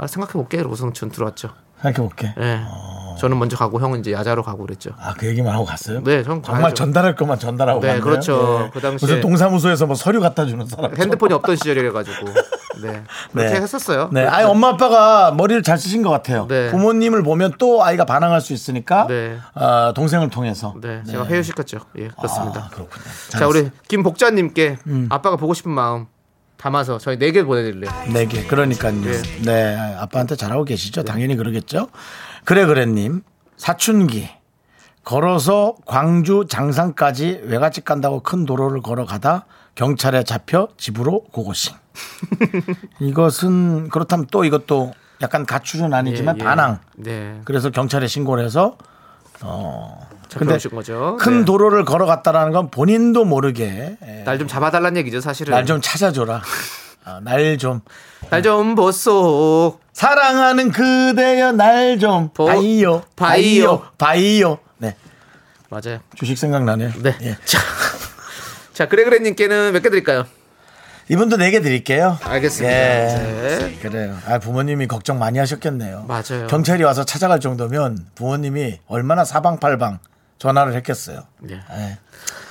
[SPEAKER 2] 아, 생각해 볼게. 그러고서 전 들어왔죠.
[SPEAKER 1] 생각해볼게.
[SPEAKER 2] 예.
[SPEAKER 1] 어.
[SPEAKER 2] 저는 먼저 가고 형은 이제 야자로 가고 그랬죠.
[SPEAKER 1] 아, 그 얘기만 하고 갔어요?
[SPEAKER 2] 네, 형
[SPEAKER 1] 정말
[SPEAKER 2] 가야죠.
[SPEAKER 1] 전달할 것만 전달하고
[SPEAKER 2] 네,
[SPEAKER 1] 갔네요.
[SPEAKER 2] 그렇죠. 그 당시에-
[SPEAKER 1] 무슨 동사무소에서 뭐 서류 갖다 주는 사람.
[SPEAKER 2] 아, 핸드폰이 없던 시절이라 가지고 네 그렇게
[SPEAKER 1] 네.
[SPEAKER 2] 했었어요.
[SPEAKER 1] 네, 아이 엄마 아빠가 머리를 잘 쓰신 것 같아요.
[SPEAKER 2] 네.
[SPEAKER 1] 부모님을 보면 또 아이가 반항할 수 있으니까
[SPEAKER 2] 네.
[SPEAKER 1] 어, 동생을 통해서.
[SPEAKER 2] 네, 제가 회유시켰죠. 예,
[SPEAKER 1] 아, 음.
[SPEAKER 2] 그렇습니다.
[SPEAKER 1] 그렇군요.
[SPEAKER 2] 자, 우리 김복자님께 아빠가 보고 싶은 마음 담아서 저희 네 개 보내드릴래요.
[SPEAKER 1] 네 개. 그러니까요.
[SPEAKER 2] 예.
[SPEAKER 1] 네. 아빠한테 잘하고 계시죠? 당연히 그러겠죠. 그래 그래님 사춘기 걸어서 광주 장산까지 외갓집 간다고 큰 도로를 걸어가다 경찰에 잡혀 집으로 고고싱. 이것은 그렇다면 또 이것도 약간 가출은 아니지만
[SPEAKER 2] 예, 예.
[SPEAKER 1] 반항.
[SPEAKER 2] 네,
[SPEAKER 1] 그래서 경찰에 신고를 해서 근데
[SPEAKER 2] 잡혀오신 거죠.
[SPEAKER 1] 큰
[SPEAKER 2] 네.
[SPEAKER 1] 도로를 걸어갔다라는 건 본인도 모르게
[SPEAKER 2] 날좀 잡아달라는 얘기죠, 사실은.
[SPEAKER 1] 날 좀 찾아줘라. 아, 날 좀.
[SPEAKER 2] 날 좀 보소.
[SPEAKER 1] 사랑하는 그대여 날 좀
[SPEAKER 2] 보-
[SPEAKER 1] 바이요
[SPEAKER 2] 바이요.
[SPEAKER 1] 바이요 네
[SPEAKER 2] 맞아요.
[SPEAKER 1] 주식 생각나네요
[SPEAKER 2] 네.
[SPEAKER 1] 예.
[SPEAKER 2] 자, 자, 그래그래님께는 몇 개 드릴까요?
[SPEAKER 1] 이분도 네 개 드릴게요
[SPEAKER 2] 알겠습니다.
[SPEAKER 1] 예.
[SPEAKER 2] 네.
[SPEAKER 1] 그래요 아 부모님이 걱정 많이 하셨겠네요
[SPEAKER 2] 맞아요.
[SPEAKER 1] 경찰이 와서 찾아갈 정도면 부모님이 얼마나 사방팔방 전화를 했겠어요
[SPEAKER 2] 네.
[SPEAKER 1] 예.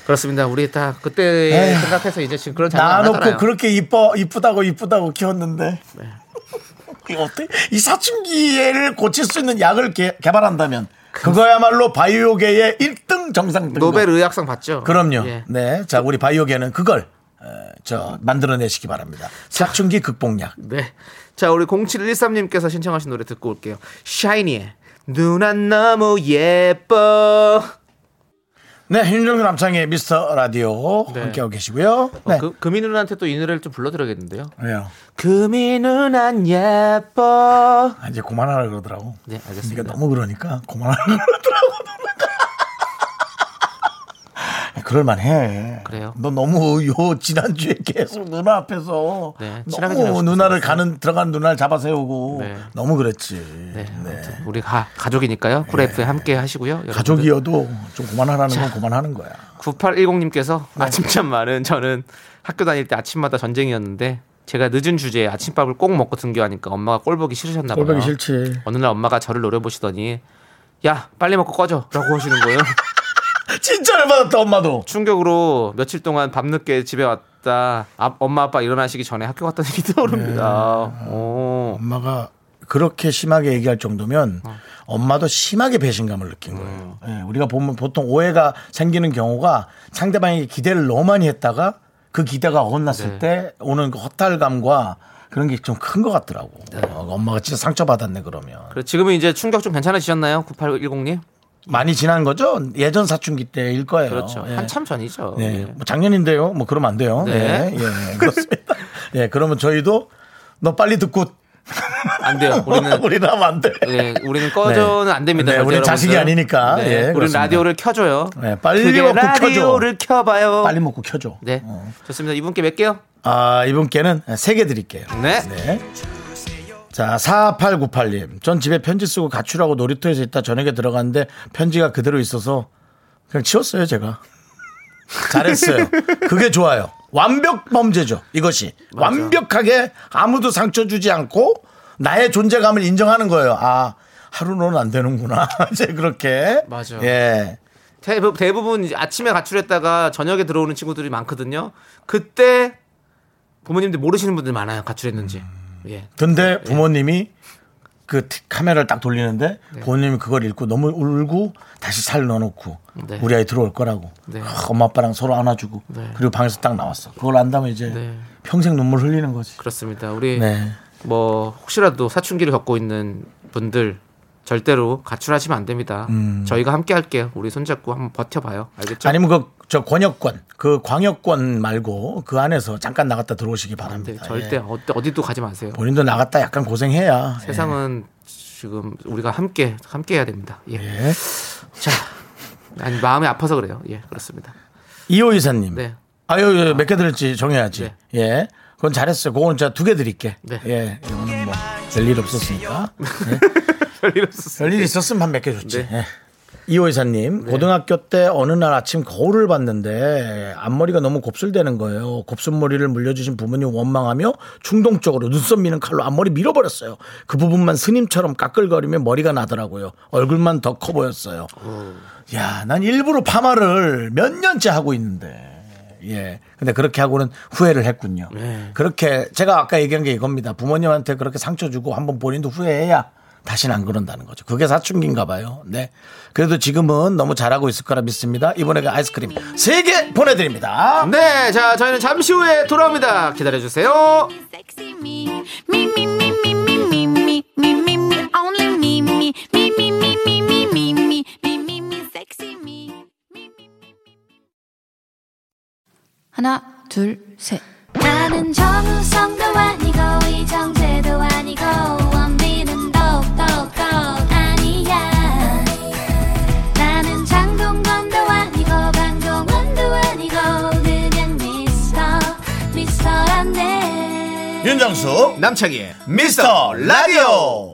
[SPEAKER 2] 그렇습니다. 우리 다 그때
[SPEAKER 1] 에휴.
[SPEAKER 2] 생각해서 이제 지금 그런 장난 안
[SPEAKER 1] 나놓고
[SPEAKER 2] 하잖아요. 네.
[SPEAKER 1] 그렇게 이뻐 이쁘다고 이쁘다고 키웠는데 이거 어때 이 사춘기를 고칠 수 있는 약을 개, 개발한다면 그거야말로 바이오계의 1등 정상 등급
[SPEAKER 2] 노벨 의학상 봤죠?
[SPEAKER 1] 그럼요.
[SPEAKER 2] 예.
[SPEAKER 1] 네. 자, 우리 바이오계는 그걸 어, 저 만들어내시기 바랍니다. 사춘기 극복약.
[SPEAKER 2] 네. 자, 우리 0713님께서 신청하신 노래 듣고 올게요. 샤이니의 누난 너무 예뻐.
[SPEAKER 1] 네, 윤정수 남창의 미스터 라디오
[SPEAKER 2] 네.
[SPEAKER 1] 함께하고 계시고요.
[SPEAKER 2] 어,
[SPEAKER 1] 네.
[SPEAKER 2] 그, 금이 누나한테 또 이 노래를 좀 불러드려야겠는데요.
[SPEAKER 1] 왜요?
[SPEAKER 2] 금이 누난 예뻐.
[SPEAKER 1] 아, 이제 그만하라 그러더라고.
[SPEAKER 2] 네,
[SPEAKER 1] 네가
[SPEAKER 2] 알겠습니다.
[SPEAKER 1] 너무 그러니까 그만하라 그러더라고. 아, 그럴만해.
[SPEAKER 2] 그래요?
[SPEAKER 1] 너 너무 요 지난주에 계속 누나 앞에서
[SPEAKER 2] 네, 친하게
[SPEAKER 1] 너무
[SPEAKER 2] 지내고
[SPEAKER 1] 누나를 가는 들어간 누나를 잡아 세우고
[SPEAKER 2] 네.
[SPEAKER 1] 너무 그랬지.
[SPEAKER 2] 네.
[SPEAKER 1] 네.
[SPEAKER 2] 아무튼 우리 가, 가족이니까요. 쿨 f 함께 하시고요. 여러분들.
[SPEAKER 1] 가족이어도 좀 그만하라는 건 그만하는 거야.
[SPEAKER 2] 9810님께서
[SPEAKER 1] 네.
[SPEAKER 2] 아침잠만은 저는 학교 다닐 때 아침마다 전쟁이었는데 제가 늦은 주제에 아침밥을 꼭 먹고 등교하니까 엄마가 꼴보기 싫으셨나 봐요.
[SPEAKER 1] 꼴보기 싫지.
[SPEAKER 2] 어느 날 엄마가 저를 노려보시더니 야 빨리 먹고 꺼져 라고 하시는 거예요.
[SPEAKER 1] 진짜 열받았다 엄마도.
[SPEAKER 2] 충격으로 며칠 동안 밤늦게 집에 왔다. 아, 엄마 아빠 일어나시기 전에 학교 갔다는 얘기 떠오릅니다.
[SPEAKER 1] 네.
[SPEAKER 2] 어. 오.
[SPEAKER 1] 엄마가 그렇게 심하게 얘기할 정도면
[SPEAKER 2] 어.
[SPEAKER 1] 엄마도 심하게 배신감을 느낀 거예요.
[SPEAKER 2] 음.
[SPEAKER 1] 예, 우리가 보면 보통 오해가 생기는 경우가 상대방에게 기대를 너무 많이 했다가 그 기대가 어긋났을
[SPEAKER 2] 네.
[SPEAKER 1] 때 오는 그 허탈감과 그런 게 좀 큰 것 같더라고.
[SPEAKER 2] 네.
[SPEAKER 1] 어, 엄마가 진짜 상처받았네 그러면.
[SPEAKER 2] 그래, 지금은 이제 충격 좀 괜찮아지셨나요? 9810님?
[SPEAKER 1] 어, 많이 지난 거죠? 예전 사춘기 때일 거예요.
[SPEAKER 2] 그렇죠.
[SPEAKER 1] 예.
[SPEAKER 2] 한참 전이죠.
[SPEAKER 1] 네.
[SPEAKER 2] 예.
[SPEAKER 1] 뭐 작년인데요. 뭐 그러면 안 돼요.
[SPEAKER 2] 네.
[SPEAKER 1] 예. 예. 예. 그렇습니다. 예. 그러면 저희도 너 빨리 듣고
[SPEAKER 2] 안 돼요. 우리는
[SPEAKER 1] 우리는 하면 안 돼.
[SPEAKER 2] 예, 우리는 꺼져는
[SPEAKER 1] 네.
[SPEAKER 2] 안 됩니다.
[SPEAKER 1] 네,
[SPEAKER 2] 절대
[SPEAKER 1] 우리는
[SPEAKER 2] 여러분들. 네,
[SPEAKER 1] 자식이 아니니까. 예,
[SPEAKER 2] 우리는
[SPEAKER 1] 그렇습니다.
[SPEAKER 2] 라디오를 켜줘요.
[SPEAKER 1] 네, 빨리
[SPEAKER 2] 그게
[SPEAKER 1] 먹고 켜줘.
[SPEAKER 2] 라디오를 켜봐요
[SPEAKER 1] 빨리 어. 먹고 켜줘.
[SPEAKER 2] 어. 네, 좋습니다. 이분께 몇 개요?
[SPEAKER 1] 아, 이분께는 세 개 드릴게요.
[SPEAKER 2] 네.
[SPEAKER 1] 네. 자, 4898님. 전 집에 편지 쓰고 가출하고 놀이터에서 있다 저녁에 들어갔는데 편지가 그대로 있어서 그냥 치웠어요, 제가. 잘했어요. 그게 좋아요. 완벽 범죄죠. 이것이. 완벽하게 아무도 상처 주지 않고 나의 존재감을 인정하는 거예요. 아, 하루는 안 되는구나. 이제 그렇게.
[SPEAKER 2] 맞아요.
[SPEAKER 1] 예.
[SPEAKER 2] 대부, 대부분 이제 아침에 가출했다가 저녁에 들어오는 친구들이 많거든요. 그때 부모님들 모르시는 분들 많아요. 가출했는지. 예.
[SPEAKER 1] 근데 부모님이 그 티- 카메라를 딱 돌리는데
[SPEAKER 2] 네.
[SPEAKER 1] 부모님이 그걸 읽고 너무 울고 다시 살 넣어놓고
[SPEAKER 2] 네.
[SPEAKER 1] 우리 아이 들어올 거라고
[SPEAKER 2] 네.
[SPEAKER 1] 아, 엄마 아빠랑 서로 안아주고
[SPEAKER 2] 네.
[SPEAKER 1] 그리고 방에서 딱 나왔어 그걸 안다면 이제
[SPEAKER 2] 네.
[SPEAKER 1] 평생 눈물 흘리는 거지
[SPEAKER 2] 그렇습니다. 우리
[SPEAKER 1] 네.
[SPEAKER 2] 뭐 혹시라도 사춘기를 겪고 있는 분들 절대로 가출하시면 안 됩니다. 저희가 함께 할게요. 우리 손잡고 한번 버텨봐요. 알겠죠?
[SPEAKER 1] 아니면 그 저 권역권, 그 광역권 말고 그 안에서 잠깐 나갔다 들어오시기
[SPEAKER 2] 네,
[SPEAKER 1] 바랍니다.
[SPEAKER 2] 절대
[SPEAKER 1] 예.
[SPEAKER 2] 어디, 어디도 가지 마세요.
[SPEAKER 1] 본인도 나갔다 약간 고생해야. 예.
[SPEAKER 2] 세상은 지금 우리가 함께 함께 해야 됩니다. 예.
[SPEAKER 1] 예.
[SPEAKER 2] 자, 아니 마음이 아파서 그래요. 예, 그렇습니다.
[SPEAKER 1] 이호 이사님.
[SPEAKER 2] 네.
[SPEAKER 1] 아유, 예, 몇 개 드릴지 정해야지. 예. 그건 잘했어요. 그건 제가 두 개 드릴게.
[SPEAKER 2] 네.
[SPEAKER 1] 예. 이거는 뭐, 별일 없었으니까.
[SPEAKER 2] 별일 없었어요.
[SPEAKER 1] 별일 있었으면 한 몇 개 줬지.
[SPEAKER 2] 네.
[SPEAKER 1] 예. 이호 이사님, 고등학교 때 어느 날 아침 거울을 봤는데 앞머리가 너무 곱슬대는 거예요. 곱슬머리를 물려주신 부모님 원망하며 충동적으로 눈썹 미는 칼로 앞머리 밀어버렸어요. 그 부분만 스님처럼 까끌거리며 머리가 나더라고요. 얼굴만 더 커 보였어요. 야, 난 일부러 파마를 몇 년째 하고 있는데. 예. 근데 그렇게 하고는 후회를 했군요.
[SPEAKER 2] 네.
[SPEAKER 1] 그렇게 제가 아까 얘기한 게 이겁니다. 부모님한테 그렇게 상처 주고 한번 본인도 후회해야 다시는 안 그런다는 거죠. 그게 사춘기인가 봐요. 네. 그래도 지금은 너무 잘하고 있을 거라 믿습니다. 이번에 그 아이스크림 세 개 보내드립니다.
[SPEAKER 2] 네, 자 저희는 잠시 후에 돌아옵니다. 기다려 주세요.
[SPEAKER 3] Sexy me, me, me, me, me, me, me, me, me, me, me, only me, me, me, me, me, me, me, me, me, me, me, me, sexy me.
[SPEAKER 6] 하나, 둘, 셋.
[SPEAKER 4] 나는 정우성도 아니고 이정재도 아니고 원빈은 더욱더 아니야 나는 장동건도 아니고 강동원도 아니고 그냥 미스터 미스터란데
[SPEAKER 1] 윤정수,
[SPEAKER 2] 남창희.
[SPEAKER 1] 미스터 라디오.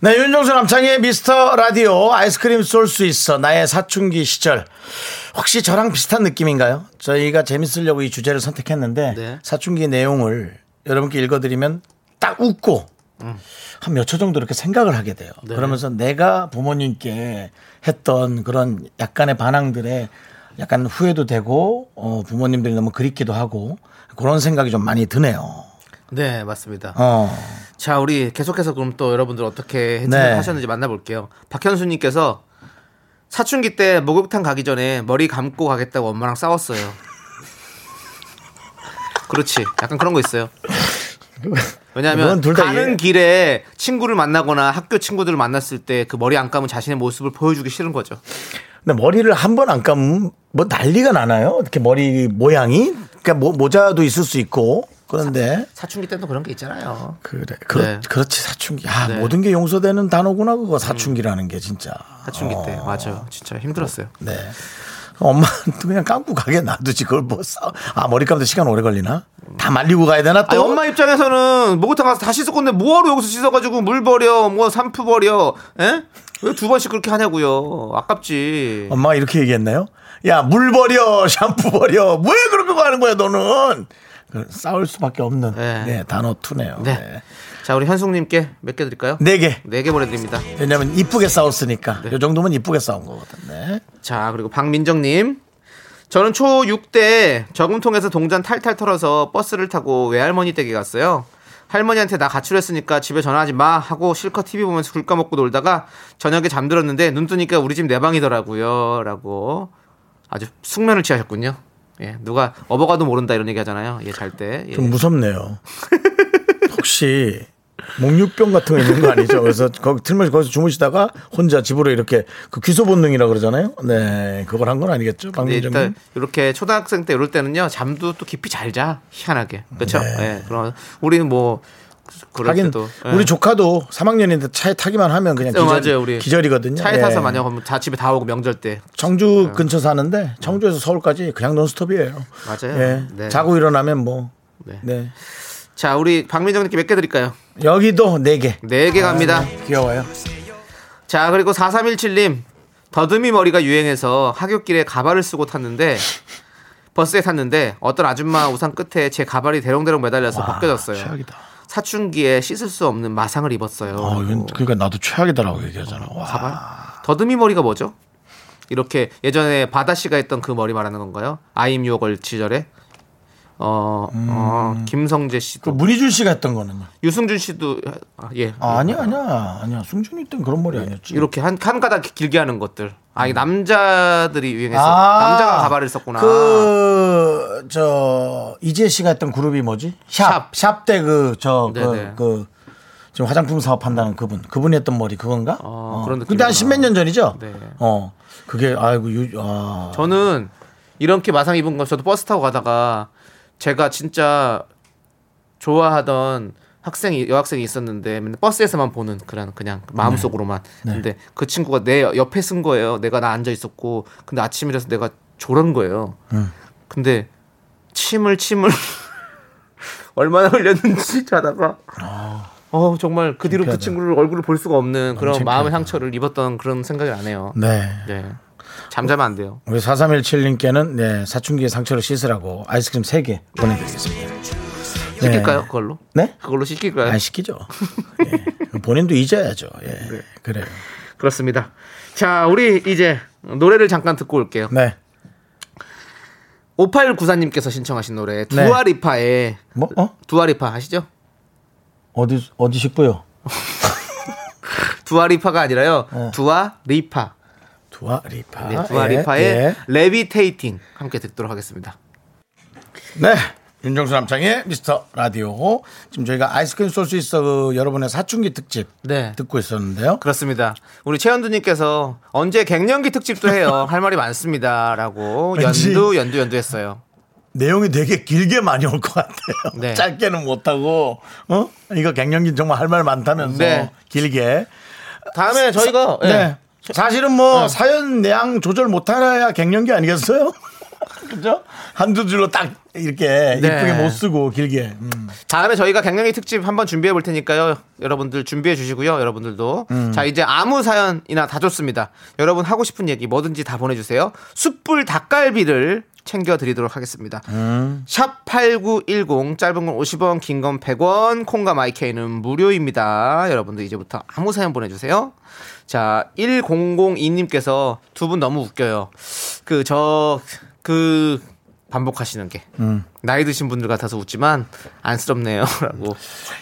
[SPEAKER 1] 네, 윤정수 남창의 미스터 라디오 아이스크림 쏠 수 있어 나의 사춘기 시절. 혹시 저랑 비슷한 느낌인가요? 저희가 재밌으려고 이 주제를 선택했는데
[SPEAKER 2] 네.
[SPEAKER 1] 사춘기 내용을 여러분께 읽어드리면 딱 웃고 한 몇 초 정도 이렇게 생각을 하게 돼요. 그러면서 내가 부모님께 했던 그런 약간의 반항들에 약간 후회도 되고 어, 부모님들이 너무 그립기도 하고 그런 생각이 좀 많이 드네요.
[SPEAKER 2] 네, 맞습니다.
[SPEAKER 1] 어.
[SPEAKER 2] 자, 우리 계속해서 그럼 또 여러분들 어떻게
[SPEAKER 1] 네.
[SPEAKER 2] 해결하셨는지 만나볼게요. 박현수님께서 사춘기 때 목욕탕 가기 전에 머리 감고 가겠다고 엄마랑 싸웠어요. 그렇지, 약간 그런 거 있어요.
[SPEAKER 1] 그건
[SPEAKER 2] 왜냐하면
[SPEAKER 1] 둘다
[SPEAKER 2] 가는
[SPEAKER 1] 이해-
[SPEAKER 2] 길에 친구를 만나거나 학교 친구들을 만났을 때 그 머리 안 감은 자신의 모습을 보여주기 싫은 거죠.
[SPEAKER 1] 근데 머리를 한 번 안 감으면 뭐 난리가 나나요? 이렇게 머리 모양이? 그러니까 모, 모자도 있을 수 있고. 그런데
[SPEAKER 2] 사춘기 때도 그런 게 있잖아요.
[SPEAKER 1] 그래. 그렇,
[SPEAKER 2] 네.
[SPEAKER 1] 그렇지 사춘기. 아,
[SPEAKER 2] 네.
[SPEAKER 1] 모든 게 용서되는 단어구나 그거 사춘기라는 게 진짜.
[SPEAKER 2] 사춘기 때
[SPEAKER 1] 어,
[SPEAKER 2] 맞아요. 진짜 힘들었어요.
[SPEAKER 1] 네. 엄마한테 그냥 감고 가게 놔두지 그걸 뭐 싸. 아, 머리 감도 시간 오래 걸리나? 다 말리고 가야 되나 또?
[SPEAKER 2] 아니, 엄마 입장에서는 목욕탕 가서 다 씻을 건데 뭐하러 여기서 씻어가지고 물 버려 뭐 산푸 버려 예? 왜 두 번씩 그렇게 하냐고요 아깝지
[SPEAKER 1] 엄마가 이렇게 얘기했나요? 야, 물 버려, 샴푸 버려. 왜 그렇게 가는 거야, 너는? 그 싸울 수밖에 없는
[SPEAKER 2] 네.
[SPEAKER 1] 네, 단어 투네요. 네.
[SPEAKER 2] 네. 자 우리 현숙님께 몇 개 드릴까요?
[SPEAKER 1] 네 개.
[SPEAKER 2] 네 개 보내드립니다
[SPEAKER 1] 왜냐면 이쁘게 싸웠으니까
[SPEAKER 2] 네.
[SPEAKER 1] 요 정도면 이쁘게 싸운 거거든. 네.
[SPEAKER 2] 자 그리고 박민정님 저는 초6 때 저금통에서 동전 탈탈 털어서 버스를 타고 외할머니 댁에 갔어요 할머니한테 나 가출했으니까 집에 전화하지 마 하고 실컷 TV 보면서 굴 까먹고 놀다가 저녁에 잠들었는데 눈 뜨니까 우리 집 내 방이더라고요 라고 아주 숙면을 취하셨군요 예 누가 업어가도 모른다 이런 얘기 하잖아요 예 잘 때 예.
[SPEAKER 1] 좀 무섭네요. 혹시 목류병 같은 거 있는 거 아니죠? 그래서 거기 틀면서 거기서 주무시다가 혼자 집으로 이렇게 그 귀소 본능이라 그러잖아요. 네, 그걸 한 건 아니겠죠,
[SPEAKER 2] 근데
[SPEAKER 1] 박민정
[SPEAKER 2] 일단
[SPEAKER 1] 님.
[SPEAKER 2] 이렇게 초등학생 때 이럴 때는요 잠도 또 깊이 잘 자 희한하게 그렇죠
[SPEAKER 1] 네.
[SPEAKER 2] 예 그럼 우리는 뭐 그럴
[SPEAKER 1] 하긴
[SPEAKER 2] 때도 예.
[SPEAKER 1] 우리 조카도 3학년인데 차에 타기만 하면 그냥
[SPEAKER 2] 어,
[SPEAKER 1] 기절,
[SPEAKER 2] 맞아요, 우리.
[SPEAKER 1] 기절이거든요.
[SPEAKER 2] 차에
[SPEAKER 1] 예.
[SPEAKER 2] 타서 네. 만약 하면 다 집에 다 오고 명절 때
[SPEAKER 1] 청주 근처 사는데 청주에서 서울까지 그냥 논스톱이에요.
[SPEAKER 2] 맞아요.
[SPEAKER 1] 예.
[SPEAKER 2] 네.
[SPEAKER 1] 자고 일어나면 뭐
[SPEAKER 2] 네.
[SPEAKER 1] 네.
[SPEAKER 2] 자 우리 박민정님께 몇 개 드릴까요?
[SPEAKER 1] 여기도 네 개.
[SPEAKER 2] 네 개 갑니다.
[SPEAKER 1] 귀여워요.
[SPEAKER 2] 자 그리고 4317님 더듬이 머리가 유행해서 하굣길에 가발을 쓰고 탔는데 버스에 탔는데 어떤 아줌마 우산 끝에 제 가발이 대롱대롱 매달려서 벗겨졌어요.
[SPEAKER 1] 최악이다.
[SPEAKER 2] 사춘기에 씻을 수 없는 마상을 입었어요.
[SPEAKER 1] 어, 이건 그러니까 나도
[SPEAKER 2] 어,
[SPEAKER 1] 최악이다라고 얘기하잖아. 와.
[SPEAKER 2] 더듬이 머리가 뭐죠? 이렇게 예전에 바다 씨가 했던 그 머리 말하는 건가요? 아임 요걸 시절에 어, 어 김성재
[SPEAKER 1] 그
[SPEAKER 2] 씨도
[SPEAKER 1] 문희준 씨가 했던 거는요?
[SPEAKER 2] 유승준 씨도 아, 예
[SPEAKER 1] 아, 아니야, 아니야, 아니야. 승준이 땐 그런 머리 아니었지.
[SPEAKER 2] 이렇게 한, 한 가닥 길게 하는 것들. 아, 이게 남자들이 유행해서
[SPEAKER 1] 음. 아,
[SPEAKER 2] 남자가 가발을 썼구나.
[SPEAKER 1] 그, 저, 이재 씨가 했던 그룹이 뭐지? 샵.
[SPEAKER 2] 샵.
[SPEAKER 1] 샵 때 그, 저, 그,
[SPEAKER 2] 네네.
[SPEAKER 1] 그, 저 지금 화장품 사업한다는 그분, 그분이 했던 머리 그건가? 어,
[SPEAKER 2] 아, 그런
[SPEAKER 1] 근데 한
[SPEAKER 2] 느낌이구나.
[SPEAKER 1] 십몇 년 전이죠.
[SPEAKER 2] 네.
[SPEAKER 1] 어, 그게 아이고 유, 아,
[SPEAKER 2] 저는 이렇게 마상 입은 거 저도 버스 타고 가다가 제가 진짜 좋아하던 학생이 여학생이 있었는데 맨날 버스에서만 보는 그런 그냥 마음속으로만 근데 그 친구가 내 옆에 쓴 거예요 내가 나 앉아 있었고 근데 아침이라서 내가 졸은 거예요 근데 침을 침을 얼마나 흘렸는지 자다가 어 정말 그 뒤로 그 친구를 얼굴을 볼 수가 없는 그런 마음의 상처를 입었던 그런 생각이 나네요
[SPEAKER 1] 네.
[SPEAKER 2] 네. 잠자면 안 돼요
[SPEAKER 1] 우리 4317님께는 네, 사춘기의 상처를 씻으라고 아이스크림 세 개 보내드리겠습니다. 네.
[SPEAKER 2] 시킬까요 그걸로?
[SPEAKER 1] 네?
[SPEAKER 2] 그걸로 시킬까요?
[SPEAKER 1] 안 시키죠. 예. 본인도 잊어야죠. 예.
[SPEAKER 2] 네.
[SPEAKER 1] 그래요.
[SPEAKER 2] 그렇습니다. 자 우리 이제 노래를 잠깐 듣고 올게요.
[SPEAKER 1] 네.
[SPEAKER 2] 5894님께서 신청하신 노래
[SPEAKER 1] 네.
[SPEAKER 2] 두아리파의
[SPEAKER 1] 뭐, 어?
[SPEAKER 2] 두아리파 아시죠?
[SPEAKER 1] 어디, 어디 식구요?
[SPEAKER 2] 두아리파가 아니라요 두아리파
[SPEAKER 1] 어. 두아리파.
[SPEAKER 2] 네, 두아리파의
[SPEAKER 1] 예,
[SPEAKER 2] 레비테이팅 함께 듣도록 하겠습니다.
[SPEAKER 1] 예. 네. 윤정수 남창의 미스터 라디오. 지금 저희가 아이스크림 쏠 수 있어 그 여러분의 사춘기 특집
[SPEAKER 2] 네.
[SPEAKER 1] 듣고 있었는데요.
[SPEAKER 2] 그렇습니다. 우리 최현두님께서 언제 갱년기 특집도 해요. 할 말이 많습니다라고
[SPEAKER 1] 왠지-
[SPEAKER 2] 연두 연두 연두 했어요.
[SPEAKER 1] 내용이 되게 길게 많이 올 것 같아요.
[SPEAKER 2] 네.
[SPEAKER 1] 짧게는 못하고, 어? 이거 갱년기 정말 할 말 많다면서
[SPEAKER 2] 네.
[SPEAKER 1] 길게.
[SPEAKER 2] 다음에 저희가
[SPEAKER 1] 네.
[SPEAKER 2] 예.
[SPEAKER 1] 사실은 뭐 사연 내양 조절 못하야 갱년기 아니겠어요? 그죠? 한두 줄로 딱 이렇게
[SPEAKER 2] 네.
[SPEAKER 1] 이쁘게 못 쓰고 길게. 음.
[SPEAKER 2] 다음에 저희가 갱년기 특집 한번 준비해 볼 테니까요. 여러분들 준비해 주시고요. 여러분들도. 자, 이제 아무 사연이나 다 좋습니다. 여러분 하고 싶은 얘기 뭐든지 다 보내주세요. 숯불 닭갈비를 챙겨드리도록 하겠습니다. 샵 8910, 짧은 건 50원, 긴 건 100원, 콩과 마이케이는 무료입니다. 여러분들 이제부터 아무 사연 보내주세요. 자, 1002님께서 두 분 너무 웃겨요. 그, 저, 그, 반복하시는 게. 나이 드신 분들 같아서 웃지만 안쓰럽네요. 라고.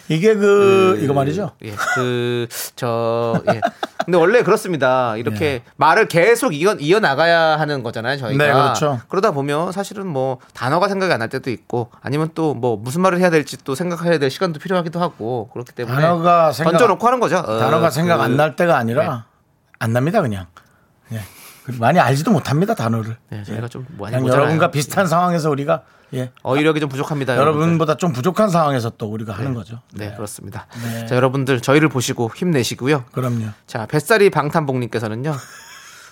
[SPEAKER 1] 이게 그 이거 말이죠.
[SPEAKER 2] 예, 그, 저, 예. 근데 원래 그렇습니다. 이렇게 말을 계속 이어, 이어나가야 하는 거잖아요, 저희가.
[SPEAKER 1] 예. 네, 그렇죠.
[SPEAKER 2] 그러다 보면 사실은 뭐 단어가 생각이 안 날 때도 있고 아니면 또 뭐 무슨 말을 해야 될지 또 생각해야 될 시간도 필요하기도 하고 그렇기 때문에
[SPEAKER 1] 단어가 생각-
[SPEAKER 2] 던져놓고 하는 거죠. 어,
[SPEAKER 1] 단어가 생각
[SPEAKER 2] 그-
[SPEAKER 1] 안 날 때가 아니라 안 납니다 그냥. 예. 그리고 많이 알지도 못합니다 단어를. 예.
[SPEAKER 2] 네, 저희가 좀 많이
[SPEAKER 1] 그냥
[SPEAKER 2] 모자라요. 네.
[SPEAKER 1] 여러분과 비슷한 상황에서 우리가 예.
[SPEAKER 2] 어휘력이 좀 부족합니다. 여러분들.
[SPEAKER 1] 여러분보다 좀 부족한 상황에서 또 우리가 하는 거죠.
[SPEAKER 2] 네, 그렇습니다. 자, 여러분들 저희를 보시고 힘내시고요.
[SPEAKER 1] 그럼요.
[SPEAKER 2] 자, 뱃살이 방탄복님께서는요.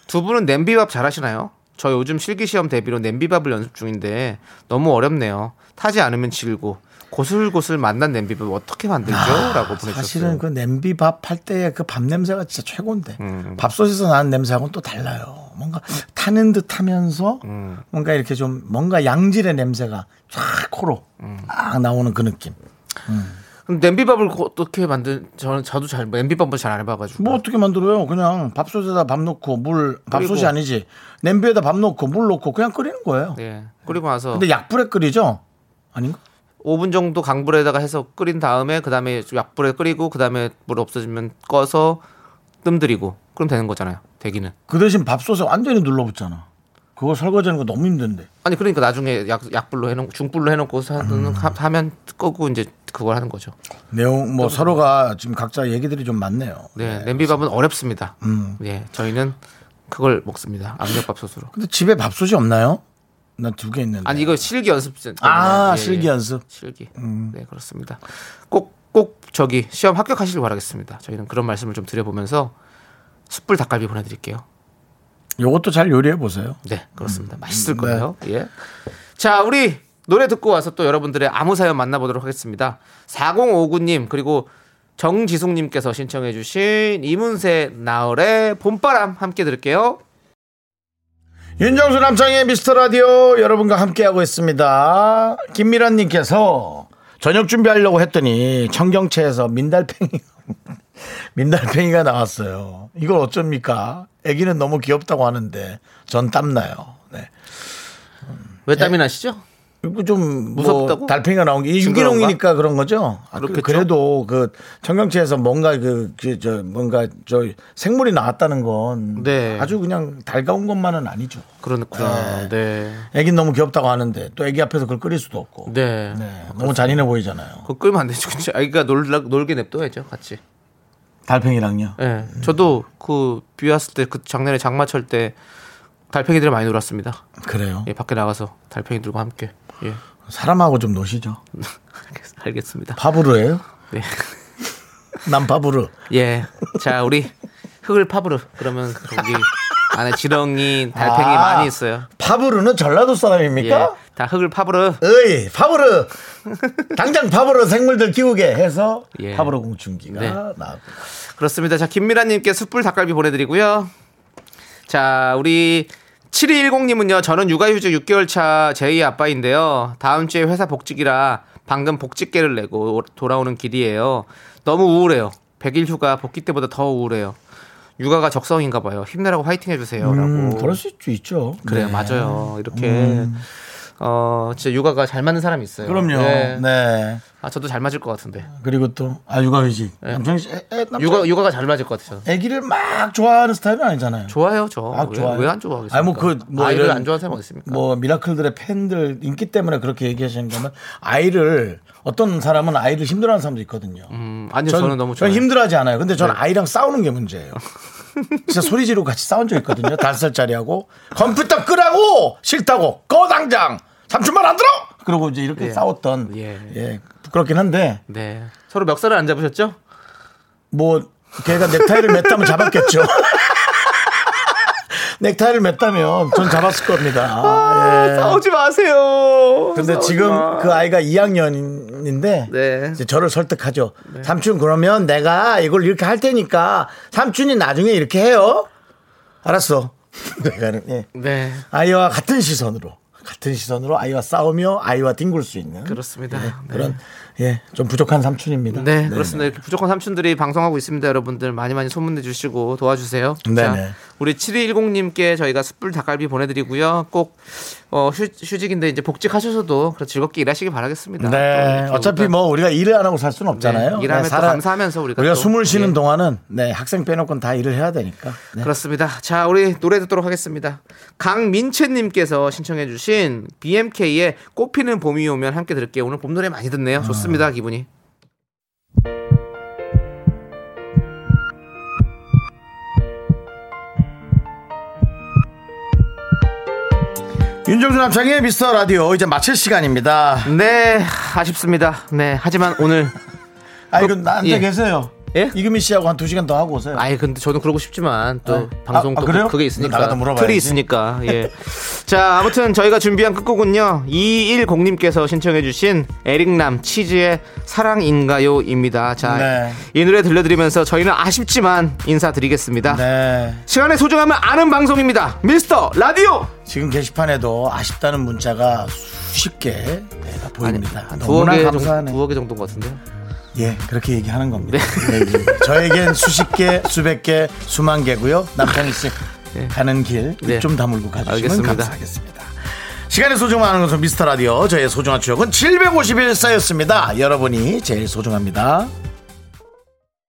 [SPEAKER 2] 두 분은 냄비밥 잘하시나요? 저 요즘 실기시험 대비로 냄비밥을 연습 중인데 너무 어렵네요. 타지 않으면 질고 고슬고슬 만난 냄비밥 어떻게 만들죠? 라고 보내주셨어요.
[SPEAKER 1] 사실은 그 냄비 밥 할 때의 그 밥 냄새가 진짜 최고인데
[SPEAKER 2] 음,
[SPEAKER 1] 밥솥에서 나는 냄새하고는 또 달라요. 뭔가 타는 듯 하면서
[SPEAKER 2] 음.
[SPEAKER 1] 뭔가 이렇게 좀 뭔가 양질의 냄새가 쫙 코로
[SPEAKER 2] 음.
[SPEAKER 1] 쫙 나오는 그 느낌.
[SPEAKER 2] 그럼 냄비밥을 어떻게 만든 저는 저도 잘 냄비밥을 잘 안 해봐가지고
[SPEAKER 1] 뭐 어떻게 만들어요? 그냥 밥솥에다 밥 넣고 물 밥솥이
[SPEAKER 2] 그리고-
[SPEAKER 1] 아니지 냄비에다 밥 넣고 물 넣고 그냥 끓이는 거예요.
[SPEAKER 2] 예. 그리고 나서
[SPEAKER 1] 근데 약불에 끓이죠? 아닌가?
[SPEAKER 2] 5분 정도 강불에다가 해서 끓인 다음에 그 다음에 약불에 끓이고 그 다음에 물 없어지면 꺼서 뜸들이고 그럼 되는 거잖아요. 대기는.
[SPEAKER 1] 그 대신 밥솥에 완전히 눌러붙잖아. 그거 설거지하는 거 너무 힘든데.
[SPEAKER 2] 아니 그러니까 나중에 약 약불로 해놓고 중불로 해놓고 사-
[SPEAKER 1] 음.
[SPEAKER 2] 하- 하면 끄고 이제 그걸 하는 거죠.
[SPEAKER 1] 내용 뭐 서로가 지금 각자 얘기들이 좀 많네요. 음.
[SPEAKER 2] 네, 냄비밥은 어렵습니다. 예, 저희는 그걸 먹습니다. 압력밥솥으로.
[SPEAKER 1] 근데 집에 밥솥이 없나요? 난 두 개 있는데.
[SPEAKER 2] 아니 이거 실기 연습. 때문에.
[SPEAKER 1] 네. 아,
[SPEAKER 2] 예, 예.
[SPEAKER 1] 실기 연습. 음.
[SPEAKER 2] 실기. 네 그렇습니다. 꼭 꼭 저기 시험 합격하시길 바라겠습니다. 저희는 그런 말씀을 좀 드려보면서 숯불 닭갈비 보내드릴게요.
[SPEAKER 1] 요것도 잘 요리해 보세요.
[SPEAKER 2] 네, 그렇습니다. 맛있을 거예요. 예. 자, 우리 노래 듣고 와서 또 여러분들의 아무 사연 만나보도록 하겠습니다. 4059님 그리고 정지숙님께서 신청해주신 이문세 나얼의 봄바람 함께 들을게요.
[SPEAKER 1] 윤정수 남창의 미스터 라디오 여러분과 함께하고 있습니다. 김미란 님께서 저녁 준비하려고 했더니 청경채에서 민달팽이 민달팽이가 나왔어요. 이걸 어쩝니까? 아기는 너무 귀엽다고 하는데 전 땀나요. 네.
[SPEAKER 2] 왜 땀이 나시죠?
[SPEAKER 1] 이거 좀
[SPEAKER 2] 무섭다고?
[SPEAKER 1] 뭐 달팽이가 나온 게 이게
[SPEAKER 2] 징그러운가?
[SPEAKER 1] 유기농이니까 그런 거죠. 아, 그,
[SPEAKER 2] 그렇겠죠?
[SPEAKER 1] 그래도 그 청경채에서 뭔가 그저 뭔가 저 생물이 나왔다는 건
[SPEAKER 2] 네.
[SPEAKER 1] 아주 그냥 달가운 것만은 아니죠.
[SPEAKER 2] 그렇구나. 네.
[SPEAKER 1] 애긴 너무 귀엽다고 하는데 또 애기 앞에서 그걸 끓일 수도 없고.
[SPEAKER 2] 네.
[SPEAKER 1] 네, 너무 잔인해 보이잖아요.
[SPEAKER 2] 그거 끌면 안 되죠. 그치? 아기가 그러니까 놀라, 놀게 냅둬야죠. 같이.
[SPEAKER 1] 달팽이랑요.
[SPEAKER 2] 예. 저도 그 비 왔을 때 그 작년에 장마철 때 달팽이들 많이 놀았습니다.
[SPEAKER 1] 그래요.
[SPEAKER 2] 예, 밖에 나가서 달팽이들과 함께. 예.
[SPEAKER 1] 사람하고 좀 노시죠.
[SPEAKER 2] 알겠습니다.
[SPEAKER 1] 파브르예요?
[SPEAKER 2] 네.
[SPEAKER 1] 난 파브르.
[SPEAKER 2] 예. 자, 우리 흙을 팝으로 그러면 거기 안에 지렁이, 달팽이
[SPEAKER 1] 아. 그러니까?
[SPEAKER 2] 많이 있어요.
[SPEAKER 1] 파브르는 전라도
[SPEAKER 2] 예.
[SPEAKER 1] 사람입니까?
[SPEAKER 2] 다 흙을 팝으로
[SPEAKER 1] 어이 파브르 당장 파브르 생물들 키우게 해서
[SPEAKER 2] 예.
[SPEAKER 1] 파브르 공충기가
[SPEAKER 2] 네.
[SPEAKER 1] 나왔고
[SPEAKER 2] 그렇습니다. 자, 김미라님께 숯불 닭갈비 보내드리고요. 자, 우리 7210님은요, 저는 육아휴직 6개월 차 제2 아빠인데요. 다음 주에 회사 복직이라 방금 복직계를 내고 오- 돌아오는 길이에요. 너무 우울해요. 100일 휴가 복귀 때보다 더 우울해요. 육아가 적성인가 봐요. 힘내라고 화이팅 해주세요.
[SPEAKER 1] 음,
[SPEAKER 2] 라고.
[SPEAKER 1] 그럴 수 있- 있죠.
[SPEAKER 2] 그래요,
[SPEAKER 1] 네. 음.
[SPEAKER 2] 맞아요. 이렇게. 어, 진짜 육아가 잘 맞는 사람이 있어요.
[SPEAKER 1] 그럼요.
[SPEAKER 2] 네.
[SPEAKER 1] 네.
[SPEAKER 2] 아, 저도 잘 맞을 것 같은데.
[SPEAKER 1] 그리고 또 아 육아휴직 남편이 애, 애, 남편,
[SPEAKER 2] 네. 육아, 육아가 잘 맞을 것 같아요.
[SPEAKER 1] 애기를 막 좋아하는 스타일은 아니잖아요.
[SPEAKER 2] 좋아요, 저.
[SPEAKER 1] 아, 좋아요.
[SPEAKER 2] 왜안 좋아하겠습니까?
[SPEAKER 1] 아니, 뭐 그, 뭐
[SPEAKER 2] 아이를
[SPEAKER 1] 이런-
[SPEAKER 2] 안 좋아하는 사람 어디 있습니까?
[SPEAKER 1] 뭐 미라클들의 팬들 인기 때문에 그렇게 얘기하시는 거면 아이를 어떤 사람은 아이를 힘들어하는 사람도 있거든요.
[SPEAKER 2] 음, 아니요, 저는 너무
[SPEAKER 1] 전
[SPEAKER 2] 좋아요. 네.
[SPEAKER 1] 힘들어하지 않아요. 근데 저는 아이랑 싸우는 게 문제예요. 진짜 소리 지르고 같이 싸운 적 있거든요. 다섯 살짜리하고 컴퓨터 끄라고 싫다고 꺼 당장 삼촌만 안 들어. 그러고 이제 이렇게
[SPEAKER 2] 예.
[SPEAKER 1] 싸웠던
[SPEAKER 2] 예.
[SPEAKER 1] 예. 부끄럽긴 한데
[SPEAKER 2] 네. 서로 멱살을 안 잡으셨죠?
[SPEAKER 1] 뭐 걔가 넥타이를 맸다면 잡았겠죠. 넥타이를 맸다면 전 잡았을
[SPEAKER 2] 아,
[SPEAKER 1] 겁니다. 예.
[SPEAKER 2] 싸우지 마세요.
[SPEAKER 1] 근데
[SPEAKER 2] 싸우지
[SPEAKER 1] 지금
[SPEAKER 2] 마.
[SPEAKER 1] 그 아이가 2학년인데
[SPEAKER 2] 네.
[SPEAKER 1] 이제 저를 설득하죠. 삼촌 그러면 내가 이걸 이렇게 할 테니까 삼촌이 나중에 이렇게 해요. 알았어. 내가 예.
[SPEAKER 2] 네.
[SPEAKER 1] 아이와 같은 시선으로 같은 시선으로 아이와 싸우며 아이와 뒹굴 수 있는
[SPEAKER 2] 그렇습니다. 네.
[SPEAKER 1] 그런 예좀 부족한 삼촌입니다.
[SPEAKER 2] 네, 그렇습니다. 이렇게 부족한 삼촌들이 방송하고 있습니다. 여러분들 많이 많이 소문내 주시고 도와주세요.
[SPEAKER 1] 네,
[SPEAKER 2] 자,
[SPEAKER 1] 네.
[SPEAKER 2] 우리 7210님께 저희가 숯불 닭갈비 보내드리고요. 꼭 어, 휴, 휴직인데 이제 복직하셔서도 그래 즐겁게 일하시기 바라겠습니다.
[SPEAKER 1] 네,
[SPEAKER 2] 좀
[SPEAKER 1] 어차피
[SPEAKER 2] 저보다-
[SPEAKER 1] 뭐 우리가 일을 안 하고 살 수는 없잖아요.
[SPEAKER 2] 네, 일하면 또
[SPEAKER 1] 살아-
[SPEAKER 2] 감사하면서 우리가 또-
[SPEAKER 1] 숨을 쉬는
[SPEAKER 2] 예.
[SPEAKER 1] 동안은 네 학생 빼놓고는 다 일을 해야 되니까. 네.
[SPEAKER 2] 그렇습니다. 자, 우리 노래 듣도록 하겠습니다. 강민채님께서 신청해주신 BMK의 꽃피는 봄이 오면 함께 들을게요. 오늘 봄 노래 많이 듣네요.
[SPEAKER 1] 아.
[SPEAKER 2] 좋습니다, 기분이.
[SPEAKER 1] 윤정수 남창의 미스터 라디오 이제 마칠 시간입니다.
[SPEAKER 2] 네, 아쉽습니다. 네, 하지만 오늘
[SPEAKER 1] 아 이건 나한테
[SPEAKER 2] 예.
[SPEAKER 1] 계세요.
[SPEAKER 2] 예?
[SPEAKER 1] 이금희 씨하고 한 두 시간 더 하고 오세요.
[SPEAKER 2] 아예 근데 저는 그러고 싶지만 또
[SPEAKER 1] 네.
[SPEAKER 2] 방송
[SPEAKER 1] 아,
[SPEAKER 2] 또
[SPEAKER 1] 아, 그래요?
[SPEAKER 2] 그게 있으니까
[SPEAKER 1] 나가다 물어봐야지.
[SPEAKER 2] 틀이 있으니까 예. 자 아무튼 저희가 준비한 끝곡은요 210님께서 신청해주신 에릭남 치즈의 사랑인가요입니다. 자 이
[SPEAKER 1] 네.
[SPEAKER 2] 노래 들려드리면서 저희는 아쉽지만 인사드리겠습니다.
[SPEAKER 1] 네.
[SPEAKER 2] 시간의 소중함을 아는 방송입니다. 미스터 라디오
[SPEAKER 1] 지금 게시판에도 아쉽다는 문자가 수십 개 내가 보입니다.
[SPEAKER 2] 두어
[SPEAKER 1] 네, 너무나
[SPEAKER 2] 개
[SPEAKER 1] 감사하네.
[SPEAKER 2] 정도, 두어 개 정도인 것 같은데요.
[SPEAKER 1] 예, 그렇게 얘기하는 겁니다. 네, 예. 저에겐 수십 개, 수백 개, 수만 개고요. 남편이 씨 가는 길 좀
[SPEAKER 2] 네.
[SPEAKER 1] 다물고 가주시면
[SPEAKER 2] 알겠습니다.
[SPEAKER 1] 감사하겠습니다. 시간의 소중함 하는 것은 미스터 라디오. 저의 소중한 추억은 751사였습니다. 여러분이 제일 소중합니다.